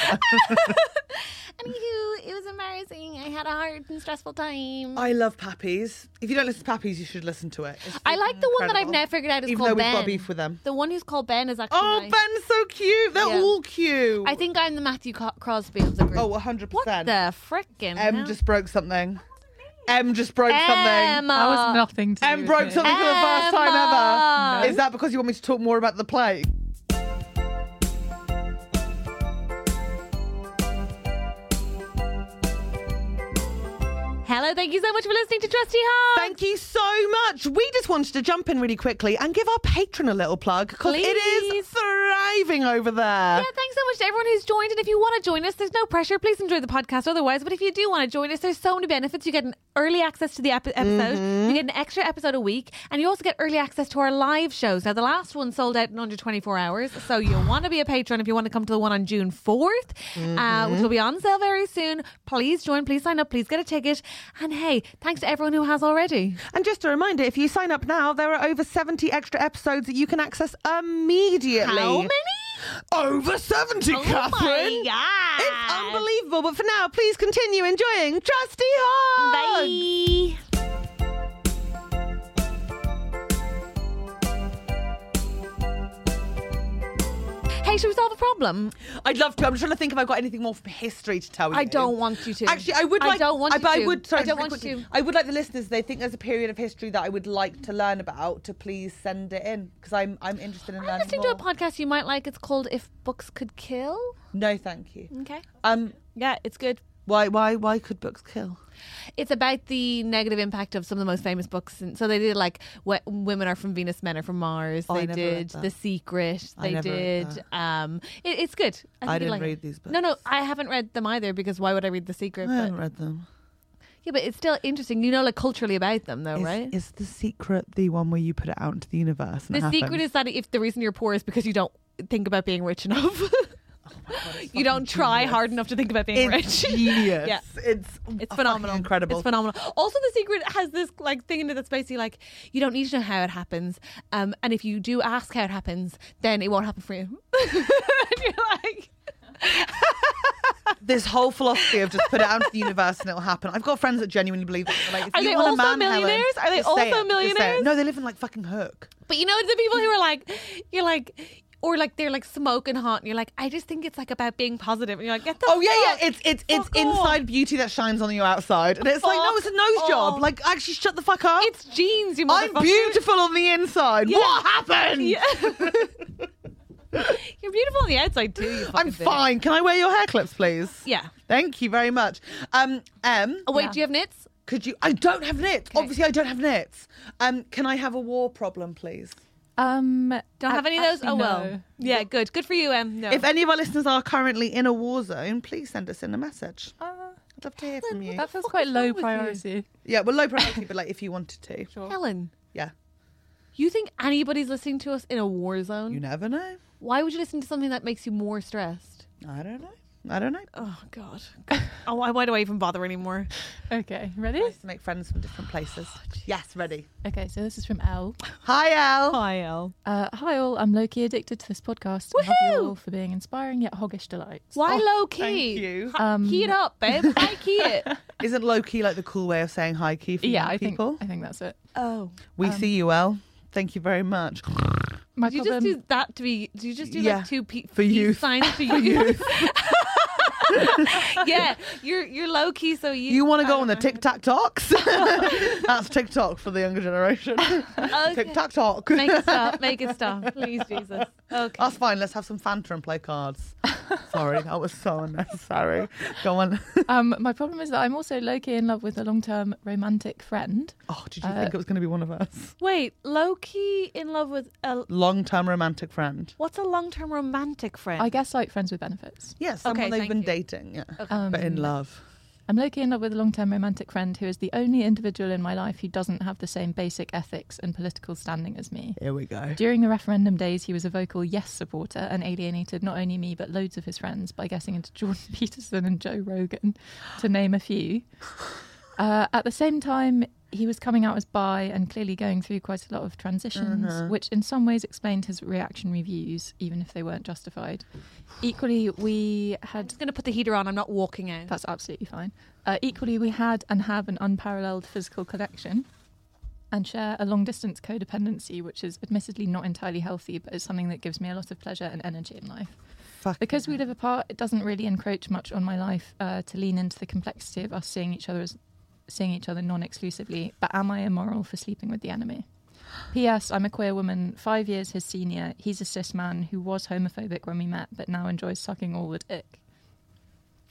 [SPEAKER 1] anywho, it was embarrassing. I had a hard and stressful time.
[SPEAKER 2] I love Pappies. If you don't listen to Pappies, you should listen to it. It's
[SPEAKER 1] I like the one that I've
[SPEAKER 2] incredible.
[SPEAKER 1] now figured out is
[SPEAKER 2] Even
[SPEAKER 1] called
[SPEAKER 2] though we've
[SPEAKER 1] Ben.
[SPEAKER 2] got beef with them.
[SPEAKER 1] The one who's called Ben is actually.
[SPEAKER 2] Oh,
[SPEAKER 1] nice.
[SPEAKER 2] Ben's so cute. They're
[SPEAKER 1] Yeah.
[SPEAKER 2] all cute.
[SPEAKER 1] I think I'm the Matthew Co- Crosby of the group.
[SPEAKER 2] Oh, 100%.
[SPEAKER 1] What the frickin'
[SPEAKER 2] M
[SPEAKER 1] hell?
[SPEAKER 2] just broke something. M just broke something.
[SPEAKER 1] Emma.
[SPEAKER 5] That was nothing to do
[SPEAKER 2] M
[SPEAKER 5] with
[SPEAKER 2] broke
[SPEAKER 5] it.
[SPEAKER 2] something for the first time
[SPEAKER 1] Emma.
[SPEAKER 2] ever. Is that because you want me to talk more about the play?
[SPEAKER 1] Hello, thank you so much for listening to Trusty Hog.
[SPEAKER 2] Thank you so much. We just wanted to jump in really quickly and give our patron a little plug because it
[SPEAKER 1] Please.
[SPEAKER 2] is thriving over there.
[SPEAKER 1] Yeah, thanks so much to everyone who's joined. And if you want to join us, there's no pressure. Please enjoy the podcast otherwise. But if you do want to join us, there's so many benefits. You get an early access to the epi- episode,
[SPEAKER 2] Mm-hmm.
[SPEAKER 1] you get an extra episode a week, and you also get early access to our live shows. Now, the last one sold out in under 24 hours. So you want to be a patron if you want to come to the one on June 4th, uh,
[SPEAKER 2] Mm-hmm.
[SPEAKER 1] which will be on sale very soon. Please join. Please sign up. Please get a ticket. And hey, thanks to everyone who has already.
[SPEAKER 2] And just a reminder, if you sign up now, there are over 70 extra episodes that you can access immediately.
[SPEAKER 1] How many?
[SPEAKER 2] Over 70,
[SPEAKER 1] Oh
[SPEAKER 2] Catherine.
[SPEAKER 1] my God.
[SPEAKER 2] It's unbelievable. But for now, please continue enjoying Trusty Hog.
[SPEAKER 1] Bye. Hey, should we solve a problem?
[SPEAKER 2] I'd love to. I'm trying to think if I've got anything more from history to tell you.
[SPEAKER 1] I don't want you to.
[SPEAKER 2] Actually, I would
[SPEAKER 1] I
[SPEAKER 2] like.
[SPEAKER 1] don't want
[SPEAKER 2] I,
[SPEAKER 1] you
[SPEAKER 2] but
[SPEAKER 1] to.
[SPEAKER 2] I would. Sorry,
[SPEAKER 1] I don't
[SPEAKER 2] just
[SPEAKER 1] want
[SPEAKER 2] quickly.
[SPEAKER 1] you to.
[SPEAKER 2] I would like the listeners. They think there's a period of history that I would like to learn about. To please send it in because I'm I'm interested in
[SPEAKER 1] I'm
[SPEAKER 2] learning
[SPEAKER 1] listening
[SPEAKER 2] more.
[SPEAKER 1] to a podcast you might like. It's called If Books Could Kill.
[SPEAKER 2] No, thank you.
[SPEAKER 1] Okay.
[SPEAKER 2] Um,
[SPEAKER 1] Yeah, it's good.
[SPEAKER 2] why why why could books kill?
[SPEAKER 1] It's about the negative impact of some of the most famous books. And so they did like what women are from Venus, men are from Mars.
[SPEAKER 2] Oh, I
[SPEAKER 1] they
[SPEAKER 2] never read
[SPEAKER 1] did
[SPEAKER 2] that.
[SPEAKER 1] The Secret.
[SPEAKER 2] I
[SPEAKER 1] They
[SPEAKER 2] never read
[SPEAKER 1] did. Um, it, it's good. I, think
[SPEAKER 2] I
[SPEAKER 1] you'd
[SPEAKER 2] didn't
[SPEAKER 1] like it.
[SPEAKER 2] read these books.
[SPEAKER 1] No, no, I haven't read them either because why would I read The Secret?
[SPEAKER 2] I
[SPEAKER 1] But-
[SPEAKER 2] haven't read them.
[SPEAKER 1] Yeah, but it's still interesting. You know, like culturally about them, though,
[SPEAKER 2] Is,
[SPEAKER 1] Oh, right?
[SPEAKER 2] is the secret the one where you put it out into the universe? And
[SPEAKER 1] the
[SPEAKER 2] it
[SPEAKER 1] secret
[SPEAKER 2] happens?
[SPEAKER 1] is that if the reason you're poor is because you don't think about being rich enough, you don't try hard enough to think about being
[SPEAKER 2] It's
[SPEAKER 1] rich.
[SPEAKER 2] genius.
[SPEAKER 1] Yeah.
[SPEAKER 2] It's
[SPEAKER 1] It's
[SPEAKER 2] fucking
[SPEAKER 1] phenomenal.
[SPEAKER 2] incredible.
[SPEAKER 1] It's phenomenal. Also, The Secret has this like thing in it that's basically like you don't need to know how it happens, um, and if you do ask how it happens, then it won't happen for you. and you're like,
[SPEAKER 2] this whole philosophy of just put it out into the universe and it'll happen. I've got friends that genuinely believe that. They're Like, if
[SPEAKER 1] Are
[SPEAKER 2] you
[SPEAKER 1] they
[SPEAKER 2] want a
[SPEAKER 1] also
[SPEAKER 2] man, Helen,
[SPEAKER 1] millionaires? Are they
[SPEAKER 2] just say
[SPEAKER 1] also
[SPEAKER 2] it. Just say it.
[SPEAKER 1] millionaires?
[SPEAKER 2] No, they live in like fucking Hook.
[SPEAKER 1] But you know the people who are like, you're like, or like they're like smoking hot, and you're like, I just think it's like about being positive, and you're like, get the
[SPEAKER 2] Oh yeah,
[SPEAKER 1] fuck-
[SPEAKER 2] yeah. It's it's it's
[SPEAKER 1] fuck off.
[SPEAKER 2] inside beauty that shines on you outside, and it's like no, it's a nose
[SPEAKER 1] Fuck
[SPEAKER 2] job.
[SPEAKER 1] off.
[SPEAKER 2] Like actually, shut the fuck up.
[SPEAKER 1] It's jeans, you
[SPEAKER 2] I'm
[SPEAKER 1] motherfucker.
[SPEAKER 2] beautiful on the inside. What happened?
[SPEAKER 1] Yeah. You're beautiful on the outside too. You fucking
[SPEAKER 2] I'm
[SPEAKER 1] bitch.
[SPEAKER 2] fine. Can I wear your hair clips, please?
[SPEAKER 1] Yeah.
[SPEAKER 2] Thank you very much. Um, M,
[SPEAKER 1] Oh wait, do you have knits?
[SPEAKER 2] could you? I don't have knits. Obviously, I don't have knits. Um, can I have a war problem, please?
[SPEAKER 5] Um,
[SPEAKER 1] Don't have any of those?
[SPEAKER 5] actually,
[SPEAKER 1] Oh well.
[SPEAKER 5] no.
[SPEAKER 1] Yeah, good. Good for you, Em. No.
[SPEAKER 2] If any of our listeners are currently in a war zone, please send us in a message. I'd love to hear from you.
[SPEAKER 5] That feels quite low priority.
[SPEAKER 2] Yeah, well, low priority, but like if you wanted to,
[SPEAKER 1] Helen,
[SPEAKER 2] yeah.
[SPEAKER 1] you think anybody's listening to us in a war zone?
[SPEAKER 2] You never know.
[SPEAKER 1] Why would you listen to something that makes you more stressed?
[SPEAKER 2] I don't know. I don't know.
[SPEAKER 1] Oh God. oh, why, why do I even bother anymore?
[SPEAKER 5] Okay, ready?
[SPEAKER 2] Nice to make friends from different places. yes, ready.
[SPEAKER 5] Okay, so this is from Al.
[SPEAKER 2] Oh, Hi, Al.
[SPEAKER 1] Hi, Elle.
[SPEAKER 5] Uh, hi all, I'm Loki addicted to this podcast. and Love you
[SPEAKER 1] Woohoo!
[SPEAKER 5] all for being inspiring yet hoggish delights.
[SPEAKER 1] Why
[SPEAKER 2] Oh,
[SPEAKER 1] low key?
[SPEAKER 2] thank you.
[SPEAKER 1] Hi-
[SPEAKER 5] Um,
[SPEAKER 1] key it up, babe. Why key it?
[SPEAKER 2] Isn't low key like the cool way of saying hi key for
[SPEAKER 5] Yeah,
[SPEAKER 2] young
[SPEAKER 5] I think
[SPEAKER 2] people?
[SPEAKER 5] I think that's it.
[SPEAKER 1] Oh,
[SPEAKER 2] we see you, Al. um, Thank you very much.
[SPEAKER 5] My
[SPEAKER 1] did you just
[SPEAKER 5] problem.
[SPEAKER 1] do that to be? Did you just do
[SPEAKER 2] Yeah.
[SPEAKER 1] like two pe-
[SPEAKER 2] For
[SPEAKER 1] peace
[SPEAKER 2] youth.
[SPEAKER 1] signs for you? yeah, you're you're low key, so you
[SPEAKER 2] You want to go on the Tic Tac Talks? That's TikTok for the younger generation.
[SPEAKER 1] okay.
[SPEAKER 2] Tic Tac Talk.
[SPEAKER 1] Make it stop. Make it stop, please, Jesus. Okay.
[SPEAKER 2] That's fine. Let's have some Fanta and play cards. Sorry, that was so unnecessary. Go on.
[SPEAKER 5] um, my problem is that I'm also low key in love with a long term romantic friend.
[SPEAKER 2] Oh, did you think it was going to be one of us?
[SPEAKER 1] Wait, low key in love with a
[SPEAKER 2] Long term romantic friend.
[SPEAKER 1] what's a long term romantic friend?
[SPEAKER 5] I guess like friends with benefits.
[SPEAKER 2] Yes, someone
[SPEAKER 1] Okay,
[SPEAKER 2] they've
[SPEAKER 1] thank
[SPEAKER 2] been
[SPEAKER 1] you.
[SPEAKER 2] dating, yeah. Mm-hmm.
[SPEAKER 5] Um,
[SPEAKER 2] but in love.
[SPEAKER 5] I'm low key in love with a long term romantic friend who is the only individual in my life who doesn't have the same basic ethics and political standing as me.
[SPEAKER 2] Here we go.
[SPEAKER 5] During the referendum days, he was a vocal yes supporter and alienated not only me but loads of his friends by getting into Jordan Peterson and Joe Rogan, to name a few. Uh, at the same time, he was coming out as bi and clearly going through quite a lot of transitions, which in some ways explained his reactionary views, even if they weren't justified. Equally, we had
[SPEAKER 1] Just going to put the heater on. I'm not walking out.
[SPEAKER 5] that's absolutely fine. Uh, equally, we had and have an unparalleled physical connection and share a long distance codependency, which is admittedly not entirely healthy, but is something that gives me a lot of pleasure and energy in life. Because we live apart, it doesn't really encroach much on my life uh, to lean into the complexity of us seeing each other as seeing each other non-exclusively. But am I immoral for sleeping with the enemy? P.S. I'm a queer woman, five years his senior. He's a cis man who was homophobic when we met, but now enjoys sucking all the dick.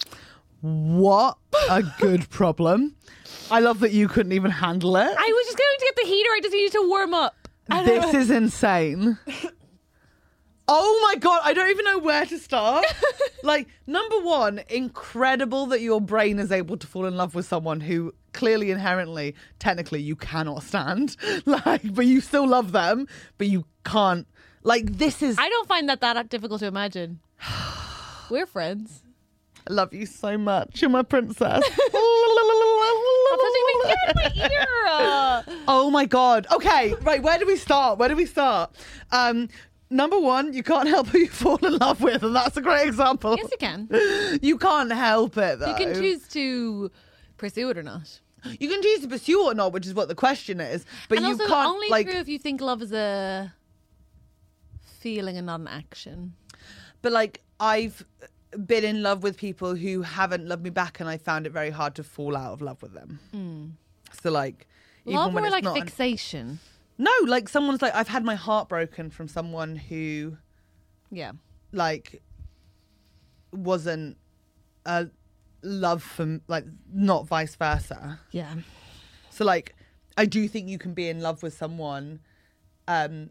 [SPEAKER 2] What a good problem. I love that you couldn't even handle it.
[SPEAKER 1] I was just going to get the heater. I just needed to warm up. I don't
[SPEAKER 2] This is insane. Oh my god, I don't even know where to start. like, number one, incredible that your brain is able to fall in love with someone who clearly inherently, technically, you cannot stand. Like, but you still love them, but you can't. Like, this is.
[SPEAKER 1] I don't find that that difficult to imagine. We're friends.
[SPEAKER 2] I love you so much. You're my princess. Oh my god. Okay, right. Where do we start? Where do we start? Um, number one, you can't help who you fall in love with, and that's a great example.
[SPEAKER 1] Yes, you can.
[SPEAKER 2] You can't help it though.
[SPEAKER 1] You can choose to pursue it or not.
[SPEAKER 2] You can choose to pursue or not, which is what the question is. But
[SPEAKER 1] and
[SPEAKER 2] you
[SPEAKER 1] also,
[SPEAKER 2] can't
[SPEAKER 1] only
[SPEAKER 2] like.
[SPEAKER 1] true if you think love is a feeling and not an action.
[SPEAKER 2] But like, I've been in love with people who haven't loved me back, and I found it very hard to fall out of love with them. So like, even
[SPEAKER 1] Hmm. love
[SPEAKER 2] when
[SPEAKER 1] or
[SPEAKER 2] it's
[SPEAKER 1] like
[SPEAKER 2] not an-
[SPEAKER 1] fixation.
[SPEAKER 2] no, like someone's like, I've had my heart broken from someone who
[SPEAKER 1] Yeah.
[SPEAKER 2] like wasn't a love from like not vice versa.
[SPEAKER 1] Yeah.
[SPEAKER 2] So like I do think you can be in love with someone um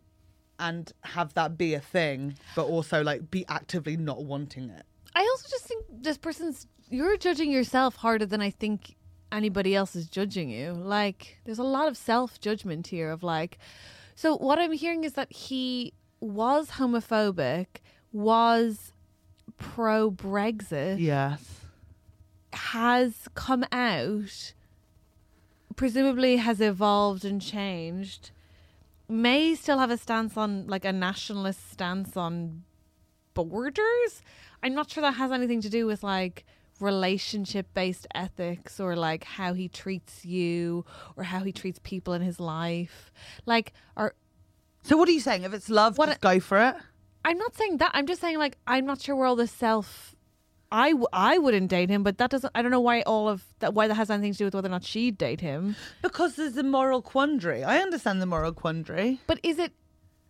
[SPEAKER 2] and have that be a thing, but also like be actively not wanting it.
[SPEAKER 1] I also just think this person's you're judging yourself harder than I think anybody else is judging you. Like there's a lot of self-judgment here of like so what I'm hearing is that he was homophobic, was pro Brexit,
[SPEAKER 2] Yes.
[SPEAKER 1] has come out, presumably has evolved and changed, may still have a stance on, like a nationalist stance on borders. I'm not sure that has anything to do with like relationship based ethics or like how he treats you or how he treats people in his life. Like, are
[SPEAKER 2] So what are you saying? If it's love,
[SPEAKER 1] What
[SPEAKER 2] just
[SPEAKER 1] I-
[SPEAKER 2] go for it.
[SPEAKER 1] I'm not saying that. I'm just saying like I'm not sure where all this self. I, w- I wouldn't date him, but that doesn't. I don't know why all of that. Why that has anything to do with whether or not she'd date him.
[SPEAKER 2] Because there's a moral quandary. I understand the moral quandary.
[SPEAKER 1] But is it?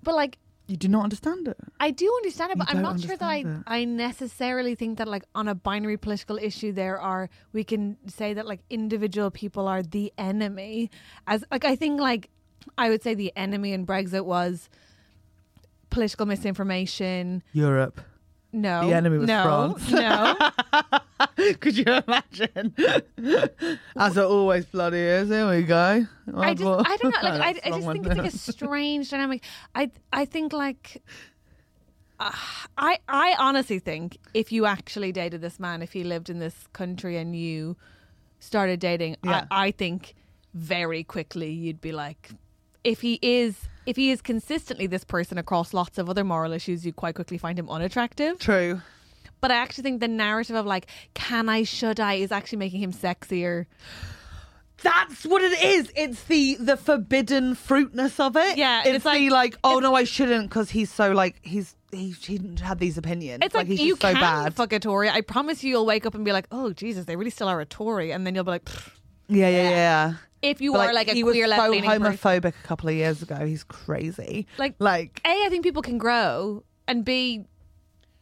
[SPEAKER 1] But like
[SPEAKER 2] You do not understand it.
[SPEAKER 1] I do understand it,
[SPEAKER 2] You
[SPEAKER 1] but I'm
[SPEAKER 2] don't
[SPEAKER 1] not sure that I,
[SPEAKER 2] understand
[SPEAKER 1] I necessarily think that like on a binary political issue there are we can say that like individual people are the enemy as like I think like I would say the enemy in Brexit was political misinformation.
[SPEAKER 2] Europe.
[SPEAKER 1] No,
[SPEAKER 2] The enemy was
[SPEAKER 1] no,
[SPEAKER 2] France.
[SPEAKER 1] No,
[SPEAKER 2] Could you imagine? As it always bloody is. Here we go. Oh,
[SPEAKER 1] I just I don't know. Like, I,
[SPEAKER 2] That's
[SPEAKER 1] I
[SPEAKER 2] the
[SPEAKER 1] just
[SPEAKER 2] wrong
[SPEAKER 1] think
[SPEAKER 2] one.
[SPEAKER 1] it's like a strange dynamic. I I think like. uh, I I honestly think if you actually dated this man, if he lived in this country and you started dating,
[SPEAKER 2] Yeah.
[SPEAKER 1] I, I think very quickly you'd be like, if he is if he is consistently this person across lots of other moral issues, you quite quickly find him unattractive.
[SPEAKER 2] True.
[SPEAKER 1] But I actually think the narrative of like, can I, should I, is actually making him sexier.
[SPEAKER 2] That's what it is. It's the the forbidden fruitness of it.
[SPEAKER 1] Yeah,
[SPEAKER 2] it's,
[SPEAKER 1] it's
[SPEAKER 2] the
[SPEAKER 1] like-
[SPEAKER 2] like, oh no, I shouldn't because he's so like he's he he had these opinions.
[SPEAKER 1] It's like,
[SPEAKER 2] he's
[SPEAKER 1] you
[SPEAKER 2] just so
[SPEAKER 1] can
[SPEAKER 2] bad.
[SPEAKER 1] fuck a Tory. I promise you, you'll wake up and be like, "Oh Jesus, they really still are a Tory," and then you'll be like, "Pfft."
[SPEAKER 2] yeah, yeah, yeah.
[SPEAKER 1] "If you
[SPEAKER 2] But,
[SPEAKER 1] are like a
[SPEAKER 2] he
[SPEAKER 1] queer
[SPEAKER 2] was so
[SPEAKER 1] left-leaning
[SPEAKER 2] homophobic
[SPEAKER 1] person."
[SPEAKER 2] a couple of years ago. He's crazy.
[SPEAKER 1] Like-
[SPEAKER 2] like
[SPEAKER 1] A, I think people can grow, and B,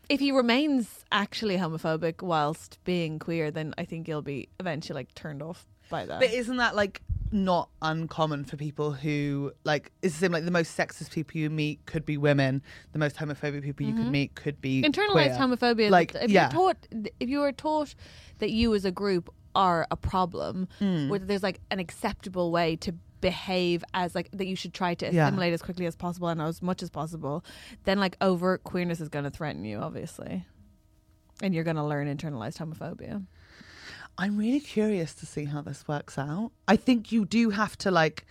[SPEAKER 1] if he remains actually homophobic whilst being queer, then I think you'll be eventually like turned off by that.
[SPEAKER 2] But isn't that like not uncommon for people who like it's the same like the most sexist people you meet could be women, the most homophobic people you could meet could be
[SPEAKER 1] Internalized
[SPEAKER 2] queer.
[SPEAKER 1] homophobia, is-
[SPEAKER 2] Like
[SPEAKER 1] if
[SPEAKER 2] yeah,
[SPEAKER 1] you're taught, if you are taught that you as a group are a problem,
[SPEAKER 2] Mm.
[SPEAKER 1] where there's like an acceptable way to behave as like that you should try to
[SPEAKER 2] Yeah.
[SPEAKER 1] assimilate as quickly as possible and as much as possible, then like overt queerness is going to threaten you, obviously. And you're going to learn internalized homophobia.
[SPEAKER 2] I'm really curious to see how this works out. I think you do have to like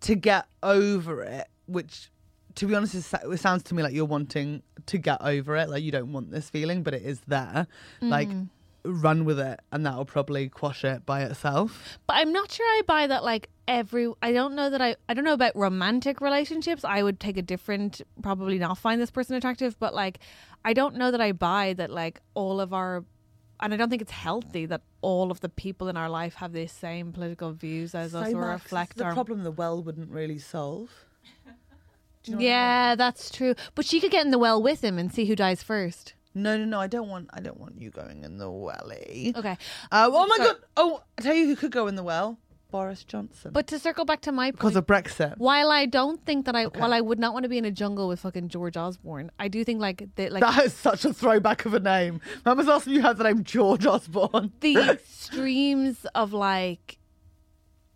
[SPEAKER 2] to get over it, which to be honest, it sa- it sounds to me like you're wanting to get over it. Like you don't want this feeling, but it is there. Like run with it, and that'll probably quash it by itself.
[SPEAKER 1] But I'm not sure I buy that like every I don't know that I I don't know about romantic relationships. I would take a different probably not find this person attractive, but like I don't know that I buy that like all of our and I don't think it's healthy that all of the people in our life have the same political views as us or reflect
[SPEAKER 2] the
[SPEAKER 1] our
[SPEAKER 2] problem the well wouldn't really solve.
[SPEAKER 1] Yeah, that's true. But she could get in the well with him and see who dies first.
[SPEAKER 2] No, no, no. I don't want. I don't want you going in the welly.
[SPEAKER 1] Okay.
[SPEAKER 2] Uh, oh my
[SPEAKER 1] Sorry.
[SPEAKER 2] god. Oh, I tell you who could go in the well. Boris Johnson.
[SPEAKER 1] But to circle back to my point
[SPEAKER 2] because of Brexit.
[SPEAKER 1] while I don't think that I while I would not want to be in a jungle with fucking George Osborne, I do think like that like
[SPEAKER 2] That is such a throwback of a name. When was the last time you heard the name George Osborne?
[SPEAKER 1] the extremes of like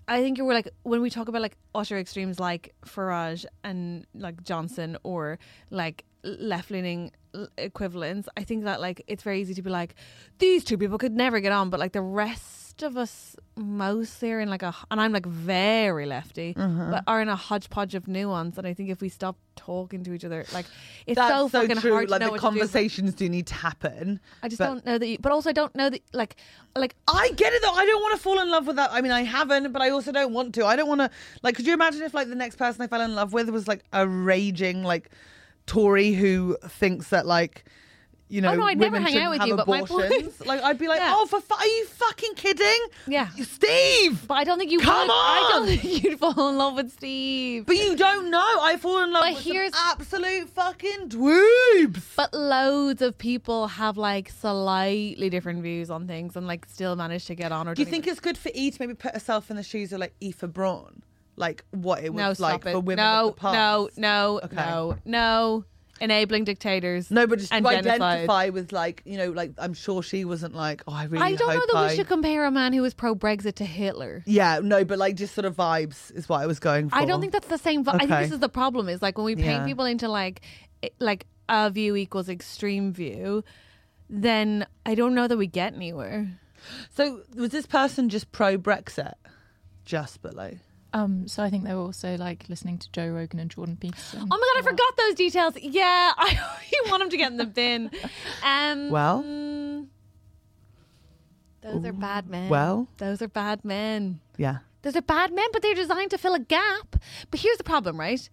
[SPEAKER 1] I think you were like when we talk about like utter extremes like Farage and like Johnson or like left leaning equivalents. I think that like it's very easy to be like these two people could never get on, but like the rest of us mostly are in like a and I'm like very lefty,
[SPEAKER 2] Uh-huh.
[SPEAKER 1] but are in a hodgepodge of nuance. And I think if we stop talking to each other, like it's so, fucking hard
[SPEAKER 2] Like
[SPEAKER 1] to know what to
[SPEAKER 2] the
[SPEAKER 1] do, but
[SPEAKER 2] conversations do need to happen.
[SPEAKER 1] I just
[SPEAKER 2] but-
[SPEAKER 1] don't know that. you But also, I don't know that like like
[SPEAKER 2] I get it though. I don't want to fall in love with that. I mean, I haven't, but I also don't want to. I don't want to. Like, could you imagine if like the next person I fell in love with was like a raging like Tory who thinks that like. You know,
[SPEAKER 1] Oh, no, I'd never
[SPEAKER 2] women
[SPEAKER 1] hang out
[SPEAKER 2] shouldn't
[SPEAKER 1] with
[SPEAKER 2] have
[SPEAKER 1] you, but my point-
[SPEAKER 2] abortions. Like, I'd be like,
[SPEAKER 1] Yeah.
[SPEAKER 2] "Oh, for fu- are you fucking kidding?"
[SPEAKER 1] Yeah.
[SPEAKER 2] Steve.
[SPEAKER 1] But I don't think you.
[SPEAKER 2] Come
[SPEAKER 1] would. I don't
[SPEAKER 2] on!
[SPEAKER 1] think you'd fall in love with Steve.
[SPEAKER 2] But you don't know. I fall in love
[SPEAKER 1] But
[SPEAKER 2] with some
[SPEAKER 1] here's-
[SPEAKER 2] absolute fucking dweebs.
[SPEAKER 1] But loads of people have like slightly different views on things and like still manage to get on. Or
[SPEAKER 2] Do you
[SPEAKER 1] don't
[SPEAKER 2] think
[SPEAKER 1] even-
[SPEAKER 2] it's good for E to maybe put herself in the shoes of like Aoife Braun? Like what it was
[SPEAKER 1] no?
[SPEAKER 2] like
[SPEAKER 1] stop it.
[SPEAKER 2] for women
[SPEAKER 1] no,
[SPEAKER 2] of the past.
[SPEAKER 1] no, no,
[SPEAKER 2] Okay.
[SPEAKER 1] no, no. Enabling dictators.
[SPEAKER 2] No, but just
[SPEAKER 1] and
[SPEAKER 2] to
[SPEAKER 1] genocide.
[SPEAKER 2] identify with like, you know, like I'm sure she wasn't like, oh, I really
[SPEAKER 1] I don't know
[SPEAKER 2] hope
[SPEAKER 1] that
[SPEAKER 2] I-"
[SPEAKER 1] we should compare a man who was pro Brexit to Hitler.
[SPEAKER 2] Yeah, no, but like just sort of vibes is what I was going for.
[SPEAKER 1] I don't think that's the same. Vi- I think
[SPEAKER 2] Okay.
[SPEAKER 1] this is the problem. Is like when we paint
[SPEAKER 2] Yeah.
[SPEAKER 1] people into like, i- like our view equals extreme view, then I don't know that we get anywhere.
[SPEAKER 2] So was this person just pro Brexit? Just below.
[SPEAKER 5] Um, so I think they were also like listening to Joe Rogan and Jordan Peterson.
[SPEAKER 1] Oh my god, I forgot those details. Yeah, I you want him to get in the bin. Um,
[SPEAKER 2] Well?
[SPEAKER 1] mm, those are bad men.
[SPEAKER 2] Well?
[SPEAKER 1] those are bad men.
[SPEAKER 2] Yeah.
[SPEAKER 1] Those are bad men, but they're designed to fill a gap. But here's the problem, right?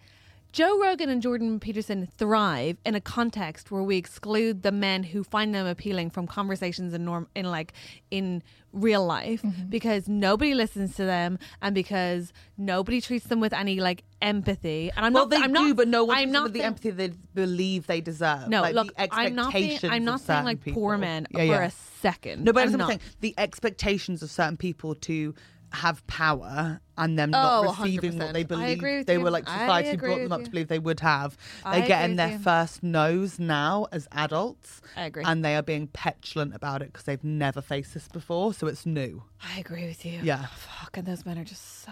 [SPEAKER 1] Joe Rogan and Jordan Peterson thrive in a context where we exclude the men who find them appealing from conversations in norm in like in real life
[SPEAKER 2] Mm-hmm.
[SPEAKER 1] because nobody listens to them and because nobody treats them with any like empathy. And I'm
[SPEAKER 2] well,
[SPEAKER 1] not
[SPEAKER 2] they
[SPEAKER 1] I'm
[SPEAKER 2] do,
[SPEAKER 1] not,
[SPEAKER 2] but no one
[SPEAKER 1] I'm
[SPEAKER 2] treats them
[SPEAKER 1] not
[SPEAKER 2] with the
[SPEAKER 1] think-
[SPEAKER 2] empathy they believe they deserve.
[SPEAKER 1] no,
[SPEAKER 2] like,
[SPEAKER 1] look,
[SPEAKER 2] the
[SPEAKER 1] I'm not being,
[SPEAKER 2] expectations
[SPEAKER 1] I'm
[SPEAKER 2] of
[SPEAKER 1] not saying like
[SPEAKER 2] certain
[SPEAKER 1] poor
[SPEAKER 2] people.
[SPEAKER 1] men
[SPEAKER 2] Yeah,
[SPEAKER 1] for
[SPEAKER 2] yeah.
[SPEAKER 1] a second.
[SPEAKER 2] No, but
[SPEAKER 1] I'm
[SPEAKER 2] that's what
[SPEAKER 1] not.
[SPEAKER 2] I'm saying. The expectations of certain people to have power and them not
[SPEAKER 1] Oh,
[SPEAKER 2] receiving what
[SPEAKER 1] 100%.
[SPEAKER 2] they
[SPEAKER 1] I
[SPEAKER 2] believe
[SPEAKER 1] agree with
[SPEAKER 2] they
[SPEAKER 1] you.
[SPEAKER 2] were like
[SPEAKER 1] I
[SPEAKER 2] society
[SPEAKER 1] agree
[SPEAKER 2] brought
[SPEAKER 1] with
[SPEAKER 2] them up
[SPEAKER 1] you.
[SPEAKER 2] to believe they would have.
[SPEAKER 1] I
[SPEAKER 2] They're
[SPEAKER 1] agree
[SPEAKER 2] getting
[SPEAKER 1] with
[SPEAKER 2] their
[SPEAKER 1] you.
[SPEAKER 2] first no's now as adults.
[SPEAKER 1] I agree.
[SPEAKER 2] And they are being petulant about it because they've never faced this before, so it's new.
[SPEAKER 1] I agree with you.
[SPEAKER 2] Yeah.
[SPEAKER 1] Fuck, and those men are just so.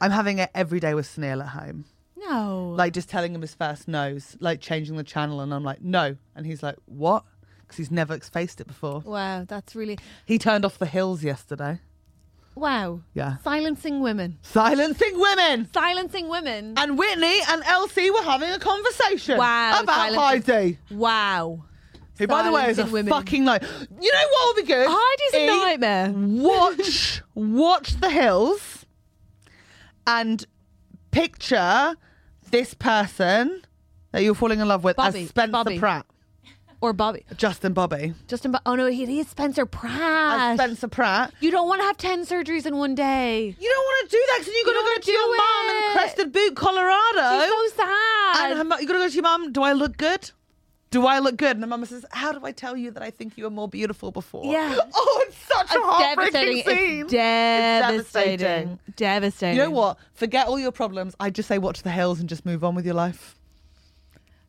[SPEAKER 2] I'm having it every day with Snail at home.
[SPEAKER 1] No.
[SPEAKER 2] Like just telling him his first no's, like changing the channel and I'm like, "No." And he's like, "What?" Because he's never faced it before.
[SPEAKER 1] Wow, that's really
[SPEAKER 2] He turned off the hills yesterday.
[SPEAKER 1] wow.
[SPEAKER 2] Yeah.
[SPEAKER 1] Silencing women.
[SPEAKER 2] Silencing women.
[SPEAKER 1] Silencing women.
[SPEAKER 2] and Whitney and Elsie were having a conversation
[SPEAKER 1] Wow,
[SPEAKER 2] about
[SPEAKER 1] silencing-
[SPEAKER 2] Heidi,
[SPEAKER 1] wow.
[SPEAKER 2] who, by the way, is a
[SPEAKER 1] silencing women.
[SPEAKER 2] fucking night. You know what would be good?
[SPEAKER 1] Heidi's a
[SPEAKER 2] Is
[SPEAKER 1] nightmare.
[SPEAKER 2] Watch, watch the hills, and picture this person that you're falling in love with
[SPEAKER 1] Bobby,
[SPEAKER 2] as Spencer
[SPEAKER 1] Bobby.
[SPEAKER 2] Pratt,
[SPEAKER 1] Or Bobby.
[SPEAKER 2] Justin Bobby,
[SPEAKER 1] Justin. Bo- oh no, he, he's Spencer
[SPEAKER 2] as
[SPEAKER 1] Pratt.
[SPEAKER 2] Spencer Pratt.
[SPEAKER 1] you don't want to have ten surgeries in one day.
[SPEAKER 2] You don't want to do that because you've got
[SPEAKER 1] don't
[SPEAKER 2] to
[SPEAKER 1] wanna
[SPEAKER 2] go to your
[SPEAKER 1] do
[SPEAKER 2] mum
[SPEAKER 1] it.
[SPEAKER 2] in Crested Butte, Colorado.
[SPEAKER 1] She's so sad.
[SPEAKER 2] And her, mu- you gotta go to your mum. Do I look good? Do I look good? And the mum says, "How do I tell you that I think you were more beautiful before?"
[SPEAKER 1] Yeah.
[SPEAKER 2] Oh, it's such a heartbreaking
[SPEAKER 1] devastating.
[SPEAKER 2] scene.
[SPEAKER 1] It's devastating.
[SPEAKER 2] devastating.
[SPEAKER 1] Devastating.
[SPEAKER 2] You know what? Forget all your problems. I just say watch the hills and just move on with your life.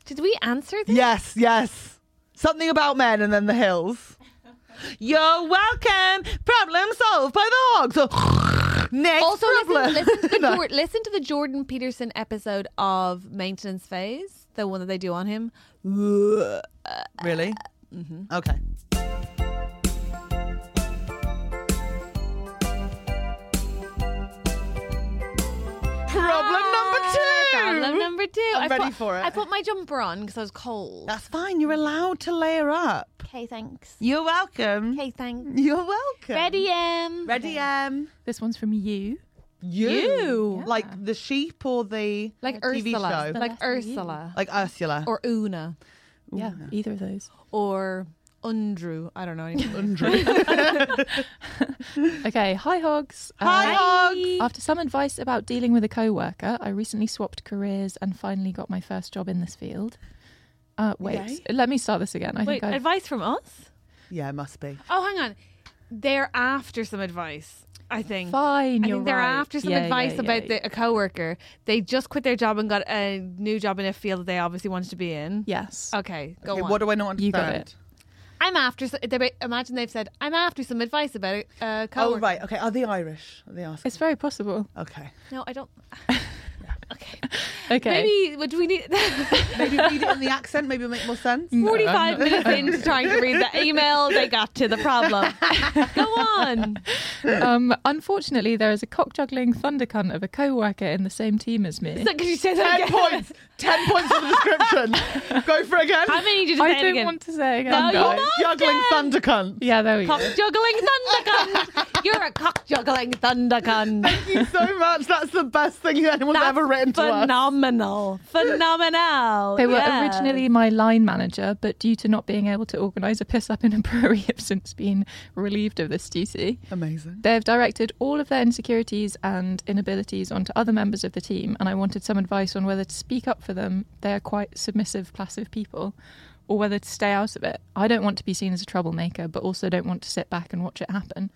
[SPEAKER 1] Did we answer this?
[SPEAKER 2] Yes, yes. Something about men and then the hills. You're welcome. Problem solved by the hogs. Next
[SPEAKER 1] also,
[SPEAKER 2] problem.
[SPEAKER 1] listen, listen, to the
[SPEAKER 2] No.
[SPEAKER 1] Jor- listen to the Jordan Peterson episode of Maintenance Phase, the one that they do on him.
[SPEAKER 2] Really?
[SPEAKER 1] Uh, mm-hmm.
[SPEAKER 2] Okay. Problem number two.
[SPEAKER 1] Oh, Problem number two.
[SPEAKER 2] I'm
[SPEAKER 1] I
[SPEAKER 2] ready
[SPEAKER 1] put,
[SPEAKER 2] for it.
[SPEAKER 1] I put my jumper on because I was cold.
[SPEAKER 2] That's fine. You're allowed to layer up.
[SPEAKER 1] Okay, thanks.
[SPEAKER 2] You're welcome.
[SPEAKER 1] Okay, thanks.
[SPEAKER 2] You're welcome.
[SPEAKER 1] Ready, um.
[SPEAKER 2] Ready, um.
[SPEAKER 5] This one's from you.
[SPEAKER 2] You.
[SPEAKER 1] You.
[SPEAKER 2] Like the sheep or the
[SPEAKER 1] Like
[SPEAKER 2] TV
[SPEAKER 1] Ursula.
[SPEAKER 2] show?
[SPEAKER 1] Like Ursula.
[SPEAKER 2] Like Ursula.
[SPEAKER 1] Or Una.
[SPEAKER 5] Yeah, either of those.
[SPEAKER 1] Or Undrew. I don't know anything.
[SPEAKER 5] Okay, hi hogs. Um,
[SPEAKER 2] Hi, hogs.
[SPEAKER 5] After some advice about dealing with a coworker, I recently swapped careers and finally got my first job in this field. Uh, wait, let me start this again. I
[SPEAKER 1] Wait,
[SPEAKER 5] think I've,
[SPEAKER 1] advice from us?
[SPEAKER 2] Yeah, it must be.
[SPEAKER 1] Oh, hang on. They're after some advice, I think.
[SPEAKER 5] fine.
[SPEAKER 1] I
[SPEAKER 5] you're
[SPEAKER 1] think they're
[SPEAKER 5] right.
[SPEAKER 1] after some
[SPEAKER 5] Yeah, yeah,
[SPEAKER 1] advice
[SPEAKER 5] yeah,
[SPEAKER 1] about
[SPEAKER 5] yeah.
[SPEAKER 1] The, a coworker. They just quit their job and got a new job in a field that they obviously wanted to be in.
[SPEAKER 5] Yes.
[SPEAKER 1] Okay, go
[SPEAKER 2] Okay,
[SPEAKER 1] on.
[SPEAKER 2] what do I not understand?
[SPEAKER 5] You got it.
[SPEAKER 1] I'm after. s- They imagine they've said, "I'm after some advice about a uh, coworker."
[SPEAKER 2] Oh, right. Okay. Are they Irish? Are they asking?
[SPEAKER 5] It's very possible.
[SPEAKER 2] Okay.
[SPEAKER 1] No, I don't. okay.
[SPEAKER 5] Okay.
[SPEAKER 1] Maybe what do we need?
[SPEAKER 2] Maybe read it in the accent. Maybe it'll make more sense.
[SPEAKER 1] Forty-five minutes
[SPEAKER 5] Um,
[SPEAKER 1] into trying to read the email, they got to the problem. go on.
[SPEAKER 5] um, unfortunately, there is a cock juggling thunder cunt of a coworker in the same team as me.
[SPEAKER 1] So, could you say that
[SPEAKER 2] Ten
[SPEAKER 1] again?
[SPEAKER 2] points. Ten points for the description. Go for it again.
[SPEAKER 1] I mean, you just
[SPEAKER 5] I
[SPEAKER 1] say it
[SPEAKER 5] don't
[SPEAKER 1] again.
[SPEAKER 5] want to say again.
[SPEAKER 1] No, you're
[SPEAKER 2] Guys,
[SPEAKER 1] not.
[SPEAKER 2] Juggling
[SPEAKER 1] Jen.
[SPEAKER 2] thunder cunt.
[SPEAKER 5] Yeah, there we
[SPEAKER 1] Cock
[SPEAKER 5] go.
[SPEAKER 1] juggling thundergun. You're a cock juggling thundergun.
[SPEAKER 2] Thank you so much. That's the best thing anyone's
[SPEAKER 1] That's
[SPEAKER 2] ever written to us.
[SPEAKER 1] phenomenal. Phenomenal.
[SPEAKER 5] They were
[SPEAKER 1] Yeah.
[SPEAKER 5] originally my line manager, but due to not being able to organise a piss up in a brewery, have since been relieved of this duty.
[SPEAKER 2] Amazing.
[SPEAKER 5] They've directed all of their insecurities and inabilities onto other members of the team, and I wanted some advice on whether to speak up for them. They are quite submissive, passive people, or whether to stay out of it. I don't want to be seen as a troublemaker, but also don't want to sit back and watch it happen,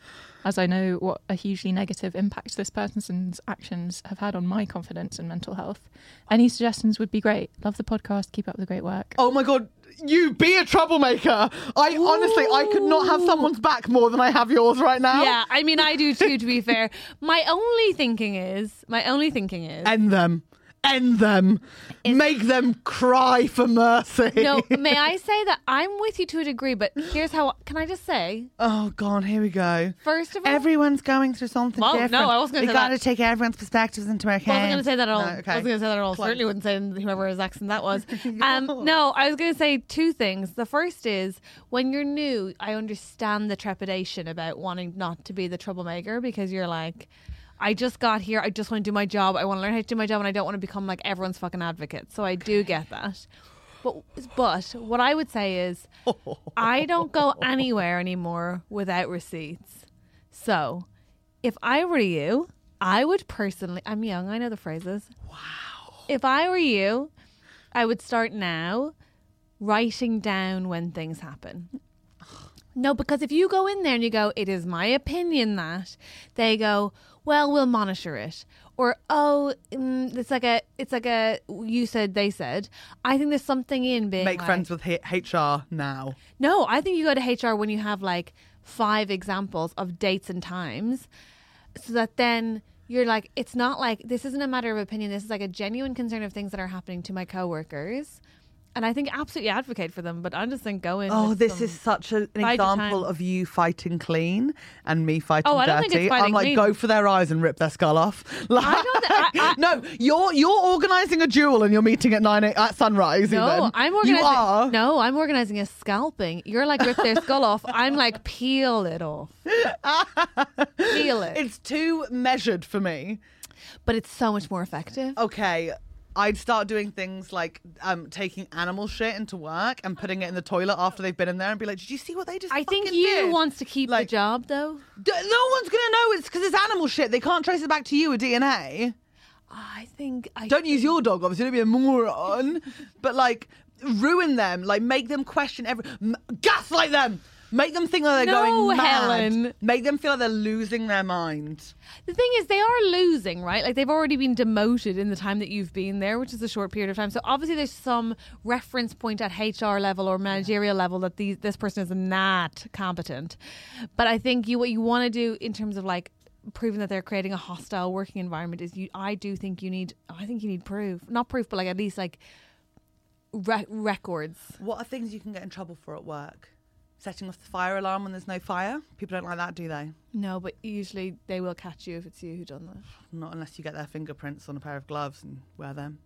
[SPEAKER 5] as I know what a hugely negative impact this person's actions have had on my confidence and mental health. Any suggestions would be great. Love the podcast. Keep up the great work.
[SPEAKER 2] Oh my god. You be a troublemaker. I honestly, I could not have someone's back more than I have yours right now.
[SPEAKER 1] Yeah, I mean, I do too, to be fair. My only thinking is, my only thinking is,
[SPEAKER 2] End them. End them. Make them cry for mercy.
[SPEAKER 1] no, may I say that I'm with you to a degree, but here's how, can I just say,
[SPEAKER 2] Oh god, here we go.
[SPEAKER 1] first of all,
[SPEAKER 2] Everyone's going through something
[SPEAKER 1] Well, no,
[SPEAKER 2] different.
[SPEAKER 1] I wasn't gonna
[SPEAKER 2] We
[SPEAKER 1] say
[SPEAKER 2] gotta
[SPEAKER 1] that.
[SPEAKER 2] take everyone's perspectives into account.
[SPEAKER 1] I wasn't going to say that at all.
[SPEAKER 2] No,
[SPEAKER 1] I wasn't going to say that at all.
[SPEAKER 2] Close.
[SPEAKER 1] Certainly wouldn't say whoever his accent that was. Um, no, I was going to say two things. The first is when you're new, I understand the trepidation about wanting not to be the troublemaker because you're like, I just got here. I just want to do my job. I want to learn how to do my job, and I don't want to become like everyone's fucking advocate. So I do get that. But but what I would say is, I don't go anywhere anymore without receipts. So if I were you, I would personally. I'm young. I know the phrases. Wow. If I were you, I would start now writing down when things happen. No, because if you go in there and you go, it is my opinion that they go, well, we'll monitor it, or oh, mm, it's like a, it's like a, you said, they said. I think there's something in being
[SPEAKER 2] Make
[SPEAKER 1] like-
[SPEAKER 2] friends with H- HR now.
[SPEAKER 1] no, I think you go to HR when you have like five examples of dates and times so that then you're like, it's not like this isn't a matter of opinion. This is like a genuine concern of things that are happening to my coworkers. And I think absolutely advocate for them, but I just think go in.
[SPEAKER 2] Oh,
[SPEAKER 1] with
[SPEAKER 2] this
[SPEAKER 1] some-
[SPEAKER 2] is such a- an
[SPEAKER 1] Bide your
[SPEAKER 2] example
[SPEAKER 1] time.
[SPEAKER 2] of you fighting clean and me fighting
[SPEAKER 1] Oh, I
[SPEAKER 2] dirty.
[SPEAKER 1] don't think it's
[SPEAKER 2] I'm
[SPEAKER 1] fighting
[SPEAKER 2] like,
[SPEAKER 1] clean.
[SPEAKER 2] go for their eyes and rip their skull off.
[SPEAKER 1] I don't thi- I- I-
[SPEAKER 2] no, you're you're organising a duel and you're meeting at nine a- at sunrise.
[SPEAKER 1] No,
[SPEAKER 2] even.
[SPEAKER 1] I'm organizing.
[SPEAKER 2] You are.
[SPEAKER 1] No, I'm organizing a scalping. You're like rip their skull off. I'm like peel it off. peel it.
[SPEAKER 2] It's too measured for me.
[SPEAKER 1] but it's so much more
[SPEAKER 2] Oh,
[SPEAKER 1] effective.
[SPEAKER 2] Okay. I'd start doing things like um, taking animal shit into work and putting it in the toilet after they've been in there and be like, "Did you see what they just?"
[SPEAKER 1] I think
[SPEAKER 2] fucking
[SPEAKER 1] you
[SPEAKER 2] did?
[SPEAKER 1] wants to keep
[SPEAKER 2] like-
[SPEAKER 1] the job though.
[SPEAKER 2] D- no one's gonna know it's because it's animal shit. They can't trace it back to you or DNA.
[SPEAKER 1] I think I
[SPEAKER 2] Don't use your dog, obviously. Don't be a moron. but like, ruin them. Like, make them question every. M- gaslight them. Make them think that they're
[SPEAKER 1] No,
[SPEAKER 2] going mad.
[SPEAKER 1] Helen.
[SPEAKER 2] Make them feel like they're losing their mind.
[SPEAKER 1] The thing is, they are losing, right? Like they've already been demoted in the time that you've been there, which is a short period of time. So obviously, there's some reference point at HR level or managerial level that these, this person is not competent. But I think you what you want to do in terms of like proving that they're creating a hostile working environment is you. I do think you need. I think you need proof, not proof, but like at least like re- records.
[SPEAKER 2] What are things you can get in trouble for at work? Setting off the fire alarm when there's no fire? People don't like that, do they?
[SPEAKER 1] No, but usually they will catch you if it's you who done that.
[SPEAKER 2] Not unless you get their fingerprints on a pair of gloves and wear them.